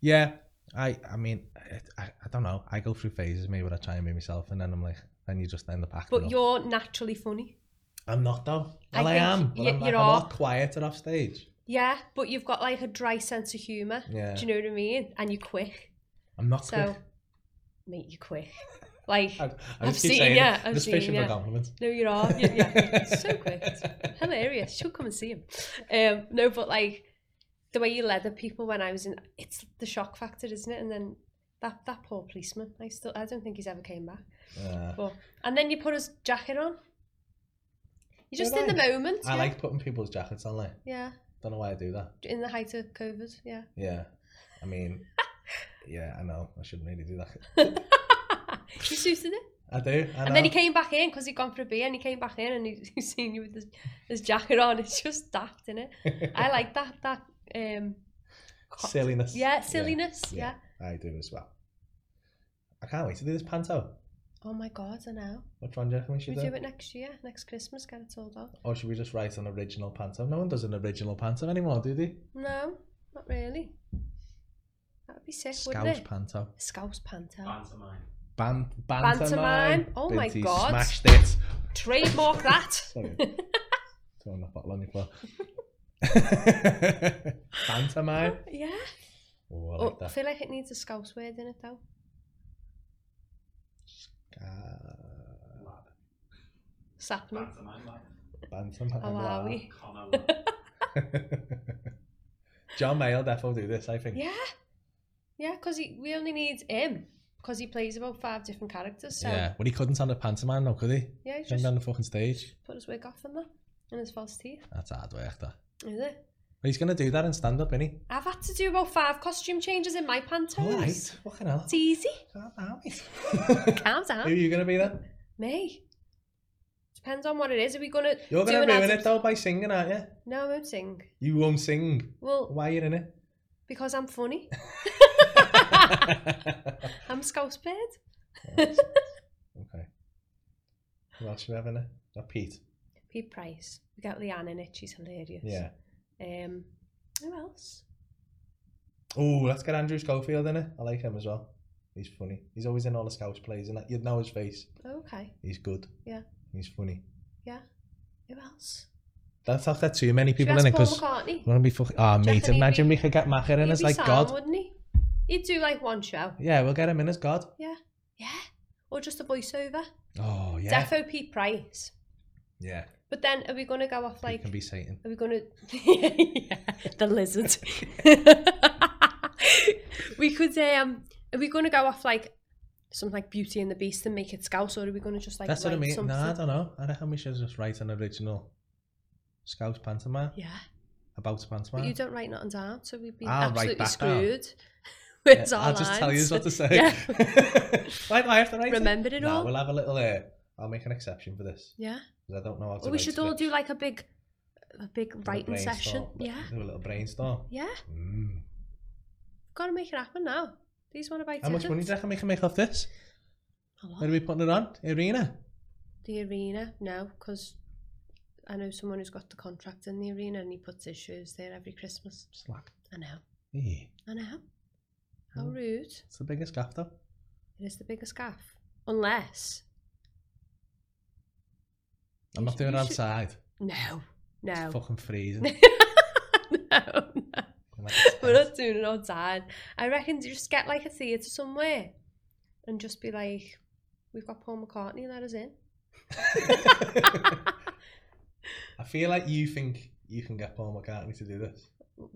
Yeah. I. I mean, I, I. I don't know. I go through phases, maybe where I try and be myself, and then I'm like, then you just end up acting.
But
up.
you're naturally funny.
I'm not though.
I
Well, I,
think
am. But
y-
I'm, like,
you're
I'm a
all-
lot quieter off stage.
Yeah, but you've got like a dry sense of humour.
Yeah.
Do you know what I mean? And you're quick.
I'm not.
so,
quick.
mate, you're quick. Like,
[LAUGHS] I, I
I've
just keep
seen-
saying it.
yeah, I've
just
seen,
fishing
yeah.
for compliments.
no, you are. You- yeah, you're so quick. It's hilarious. She'll come and see him. Um, no, but like the way you leather people when I was in, it's the shock factor, isn't it? And then that that poor policeman, I still, I don't think he's ever came back.
[LAUGHS] Yeah.
But and then you put his jacket on. You're just
Did
in the
I?
moment.
I
yeah.
like putting people's jackets on. Like,
Yeah,
don't know why I do that.
in the height of COVID. Yeah.
Yeah, I
[LAUGHS]
mean, yeah, I know. I shouldn't really do that.
you suited it.
I do. I know.
And then he came back in because he'd gone for a beer and he came back in and he, he's [LAUGHS] seen you with his, his jacket on. It's just daft,
[LAUGHS]
innit? I like that, that, um,
[LAUGHS]
co-
silliness.
yeah, silliness, yeah.
yeah. I do as well. I can't wait to do this panto.
Oh my God, I know.
Which one do you reckon we
Should
should
we
do?
do it next year, next Christmas, get it sold out?
Or should we just write an original panto? No one does an original panto anymore, do they?
No, not really. That would be sick,
Scouse
wouldn't it?
panto.
Scouse Panther.
Pantomime.
Ban-
Pantomime.
pantomime.
Oh my
Binti
God.
Smashed it.
Trademark
[LAUGHS]
that. [LAUGHS]
Sorry. Throwing that bottle on your floor. [LAUGHS] pantomime.
yeah.
Oh, I
Oh,
like
I
that.
feel like it needs a Scouse word in it though.
Uh,
Lab.
Sapling.
Pantomime lab.
band somehow.
How are we?
Connor. [LAUGHS]
John Mayall definitely do this, I think.
Yeah. Yeah, because we only need him. Because he plays about five different characters. So, yeah,
Yeah, but he couldn't stand a pantomime, though, could he?
he's
Jumped
just
down the fucking stage.
put his wig off in there. And his false teeth.
That's hard work, that.
Is it?
But he's going to do that in stand up, isn't he?
I've had to do about five costume changes in my pantomimes.
All right. Fucking hell.
It's easy.
Calm down, mate.
Calm
Who are
down.
you going to be then?
Me. Depends on what it is. Are we gonna
You're
do
going
an
to ruin
Adams-
it, though, by singing, aren't you?
No, I won't sing.
You won't sing.
Well,
Why are you in
[LAUGHS]
it?
because I'm funny. I'm Scouse Bird.
[LAUGHS] okay. Who else you have in it? Oh, Pete.
Pete Price. We got Leanne in it. She's hilarious.
Yeah.
Um, who else?
Oh, let's get Andrew Schofield in it. I like him as well. He's funny. He's always in all the Scouse plays, and that- you'd know his face.
Okay.
He's good.
Yeah.
He's funny.
Who else?
That's after too many
Should we
people in it
ask Paul
because
McCartney.
we're gonna be fucking. Ah,
Do you
mate,
reckon he'd
imagine
be-
we could get Macher in
He'd
as
be
like
Sam,
God.
wouldn't he? He'd do like one show.
Yeah, we'll get him in as God.
Yeah. Or just a voiceover.
Oh yeah.
Defo Pete Price.
Yeah.
But then are we going to go
Like,
off like.
he can be Satan.
Are
[LAUGHS]
we going to. yeah, [LAUGHS] the lizard. [LAUGHS] we could. um. Are we going to go off like. Something like Beauty and the Beast and make it Scouse, or are we going to just like.
That's what I
write
mean.
Something?
Nah, I don't know. I reckon we should just write an original Scouse pantomime
Yeah.
about a pantomime.
But you don't write nothing down, so we'd be
I'll write
absolutely
back down.
screwed. [LAUGHS]
Yeah,
Where's our
I'll just tell you
lines?
what to say. [LAUGHS]
[LAUGHS] Yeah.
Why do I have to write it?
Remembered it
Nah,
all?
we'll have a little. Uh, I'll make an exception for this
Yeah.
'cause I don't know how to.
Or we
write
should all do
scripts.
like a big, a big
Little
writing session.
brainstorm.
Yeah.
Do a little brainstorm.
Yeah.
Mm.
Got to make it happen now. These want to buy
How much money do you
tickets.
reckon we can make off this?
A lot.
Where are we putting it on? Arena.
The arena no, because I know someone who's got the contract in the arena and he puts his shoes there every Christmas.
Slack.
I know.
Hey,
I know. How
Mm.
rude!
it's the biggest gaff though.
It is the biggest gaff. Unless
I'm
You
not
should-
doing it
you should-
outside.
no,
It's
no,
fucking freezing.
[LAUGHS] no, no.
I'm like, it's
We're not doing it outside. I reckon you just get like a theatre somewhere and just be like, we've got Paul McCartney, let us in.
[LAUGHS] [LAUGHS] I feel like you think you can get Paul McCartney to do this.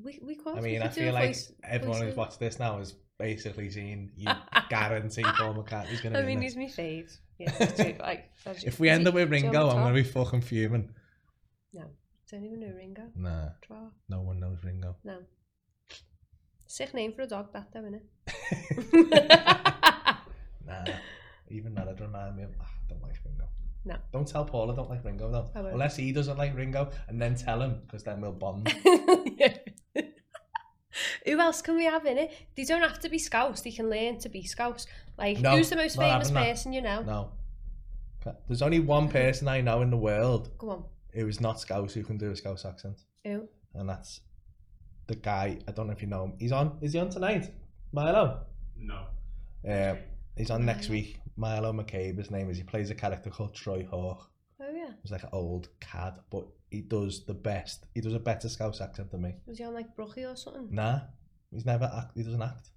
We, we could.
I
we
mean,
could
I
do a
feel like
voice-
everyone who's
voiceover.
watched this now has basically seen
[LAUGHS]
you guarantee Paul McCartney's going to
I
be
mean,
in
he's
this.
my fave.
[LAUGHS]
Yeah, it's true, like, as you
If we
can
end
see.
up with
Do you
Ringo,
know
I'm
Tra-
going to be fucking fuming.
Don't even know Ringo.
Nah,
Tra-
no one knows Ringo.
No. Sick name for a dog, that though, innit?
Nah, even that, I don't know. I mean, ah, I don't like Ringo.
No.
Don't tell Paul I don't like Ringo, though.
I won't.
Unless he doesn't like Ringo, and then tell him, because then we'll bond.
[LAUGHS] [LAUGHS] Who else can we have in it? They don't have to be scouts. They can learn to be scouts. Like,
No,
who's the most
not
famous
having that.
person you know?
no. There's only one person I know in the world
Go on.
who is not Scouse who can do a Scouse accent,
Who?
and that's the guy. I don't know if you know him. He's on. Is he on tonight? Milo.
No.
Uh, he's on next
Milo.
week. Milo McCabe. His name is. He plays a character called Troy Hawk.
Oh, yeah.
He's like an old cad, but he does the best. He does a better Scouse accent than me.
Was he on like Brookie or something?
Nah, he's never act. He doesn't act.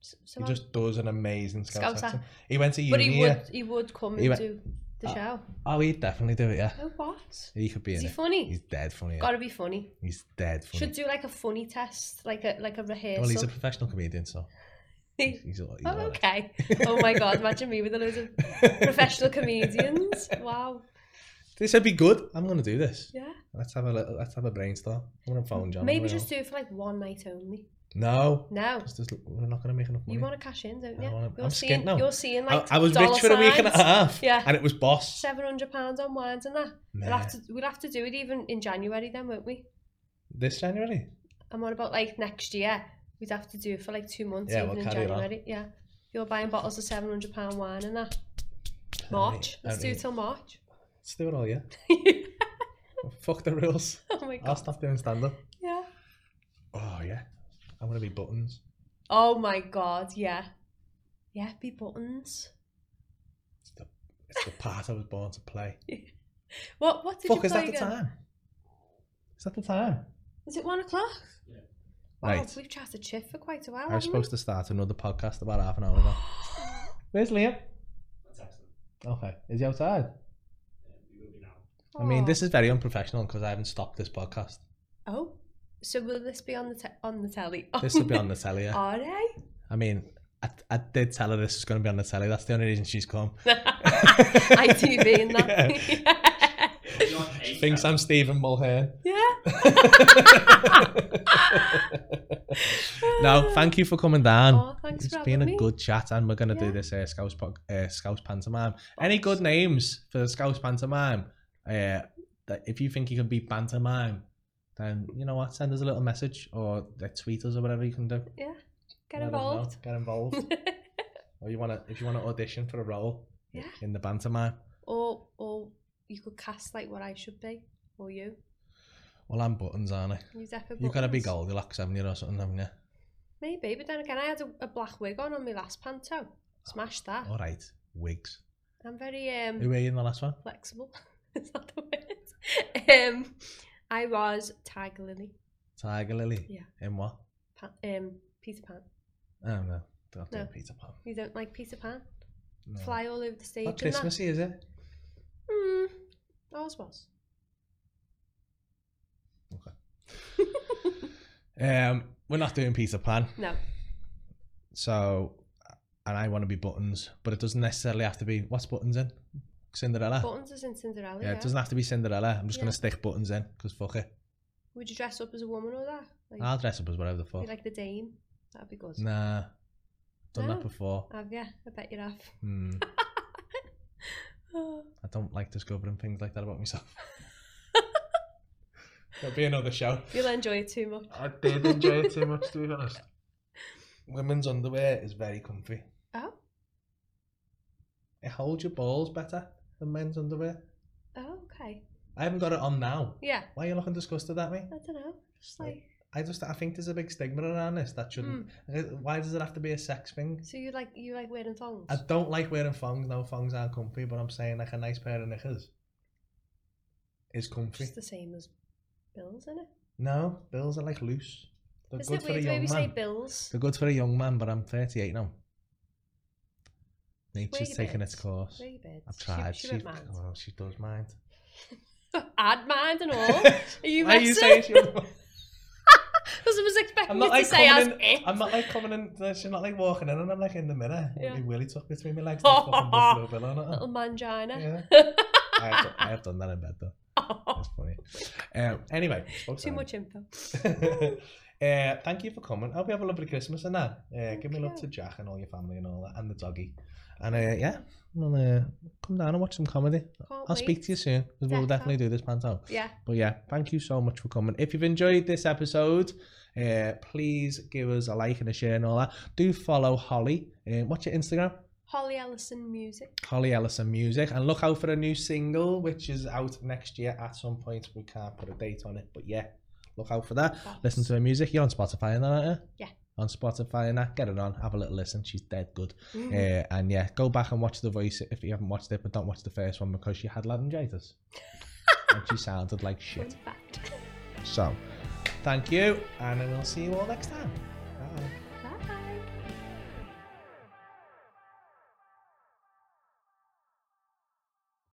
S-
He
someone-
just does an amazing Scouse,
Scouse
accent. He went to uni.
but he
yeah.
would he would come
He
and
went-
do the
Uh,
show.
Oh, he'd definitely do it. Yeah,
Oh what?
he could be
Is
in
he
it.
funny?
He's dead funny. Yeah.
Gotta be funny.
He's dead funny.
Should do like a funny test, like a like a rehearsal.
Well, he's a professional comedian, so [LAUGHS] he's, he's, all- he's
oh
all right.
okay. Oh my god, imagine me with a load of professional
[LAUGHS]
comedians. Wow.
This would be good. I'm gonna do this.
Yeah.
Let's have a little, let's have a brainstorm. I'm gonna phone John.
Maybe
right
just
now.
do it for like one night only.
no.
No.
It's just- we're not gonna make enough money.
You want to cash in, don't
I
you?
wanna-
you're
I'm skint
seeing
now.
you're seeing like
I, I was
dollar
rich for a week and a
signs.
half,
Yeah.
and it was boss.
Seven hundred pounds on wines and that. We'll
Nah.
have to we'll have to do it even in January then, won't we?
This January.
And what about like next year? We'd have to do it for like two months,
Yeah,
even
we'll
in
carry it on.
January. Yeah. You're buying bottles of seven hundred pound wine and that. March.
I
Let's do
mean-
it till March. [LAUGHS]
Let's do it all, yeah. Well, Fuck the rules.
oh my god.
I'll stop doing stand up.
Yeah.
Oh yeah. I'm gonna be buttons.
Oh my god, yeah. Yeah, be buttons.
It's the, it's the part I was born to play.
What what did
Fuck,
you
is that
play
the
again?
time? Is that the time?
Is it one o'clock? Wow,
Right.
we've chatted shit for quite a while.
I was supposed to start another podcast about half an hour [GASPS] ago. Where's Liam?
That's excellent.
Okay. Is he outside?
[LAUGHS] Yeah, we will be now.
I mean,
Aw.
this is very unprofessional because I haven't stopped this podcast.
Oh, so will this be on the te- on the telly?
This will be on the telly. [LAUGHS] yeah.
Are they?
I mean, I, I did tell her this is going to be on the telly. That's the only reason she's come. [LAUGHS]
[LAUGHS] ITV and that.
It'll be on
She
eight
thinks I'm Stephen Mulhern. [LAUGHS]
yeah.
[LAUGHS] no, thank you for coming down.
Oh, thanks
it's
for
been a
having me.
good chat, and we're going to do
Yeah.
this uh, Scouse, po- uh, Scouse pantomime. Any good names for the Scouse pantomime? Uh, that if you think you can beat pantomime, then you know what? Send us a little message or uh, tweet us or whatever you can do.
Get
Let us know.
involved.
Get
[LAUGHS]
involved. or you want to, if you want to audition for a role
Yeah.
in the pantomime.
or or you could cast like what I should be, or you.
Well, I'm buttons, aren't I?
You definitely.
You've got to be Goldilocks, haven't you, or something, haven't you?
Maybe, but then again, I had a, a black wig on on my last
Oh,
panto. Smash that.
All right, wigs.
I'm very um.
Who were you in the last one?
flexible. [LAUGHS] Is that the word? Um, I was Tiger Lily,
Tiger Lily.
Yeah.
In what?
pa- um, Peter Pan.
Oh no, don't do
No.
Peter Pan.
You don't like Peter Pan?
No.
Fly all over the stage.
Not
and
Christmassy, is it?
That. Mm, always was.
Um, we're not doing Peter Pan,
No.
so and I want to be buttons, but it doesn't necessarily have to be. What's buttons in? Cinderella.
Buttons is in Cinderella.
Ah. yeah,
Yeah.
it doesn't have to be Cinderella. I'm just
Yeah.
gonna stick buttons in because fuck it.
Would you dress up as a woman or that? Like,
I'll dress up as whatever the
you
fuck.
like the Dame. That'd be good.
Nah, done that
No.
before.
Have you? I bet you have. [GASPS]
Hmm.
Oh,
I don't like discovering things like that about myself.
[LAUGHS]
There'll be another show.
you'll enjoy it too much.
I did enjoy it too much, to be honest. Women's underwear is very comfy.
Oh,
It holds your balls better than men's underwear.
oh, okay.
I haven't got it on now.
Yeah.
Why are you looking disgusted at me?
I don't know. Just like
I just I think there's a big stigma around this that
Hmm.
shouldn't. Uh, Why does it have to be a sex thing?
so you like you like wearing thongs.
I don't like wearing thongs. No, thongs aren't comfy, but I'm saying like a nice pair of knickers is comfy.
Just the same as bills, isn't it?
No, bills are like loose. They're
Isn't
good
it
for a
weird the way
young
we say
man.
bills?
They're good for a young man, but I'm 38 now. Nature's
Wait a
taking its
bit.
course.
Wee bits.
I've tried.
She,
She,
she, won't mind.
well, she does mind.
[LAUGHS] I'd
[LAUGHS]
mind and all. Are you
Why are
messing?
you saying
[LAUGHS]
she does mind?
Because I was expecting
I'm
you
not
to
like
say as
coming
it.
in. I'm not like coming in. uh, She's not like walking in, and I'm like in the mirror.
Yeah. Oh,
Yeah. Willie took between my
[LAUGHS]
legs. Like fucking Buffalo Bill on it.
Little [LAUGHS] mangina. Oh,
Yeah. I, have, I have done that in bed though. That's funny. Um, anyway, spoke
Too
time.
much info.
[LAUGHS] uh, thank you for coming. I hope you have a lovely Christmas and that. Uh, give me
you.
love to Jack and all your family and all that, and the doggy. And uh, yeah, well, uh, come down and watch some comedy.
Can't
I'll speak to you soon 'cause we'll
Defo.
definitely do this panto.
Yeah.
But yeah, thank you so much for coming. If you've enjoyed this episode, uh, please give us a like and a share and all that. Do follow Holly. Uh, what's your Instagram?
Holly Ellison music.
Holly Ellison Music. And look out for a new single, which is out next year at some point. We can't put a date on it, but yeah, look out for that. Listen to her music. You're on Spotify and that, aren't you?
Yeah.
On Spotify and that. Get it on. Have a little listen. She's dead good.
Mm.
Uh, and yeah, go back and watch The Voice if you haven't watched it, but don't watch the first one because she had laryngitis. and she sounded like
Fun
shit.
fact.
So, thank you, and I will see you all next time.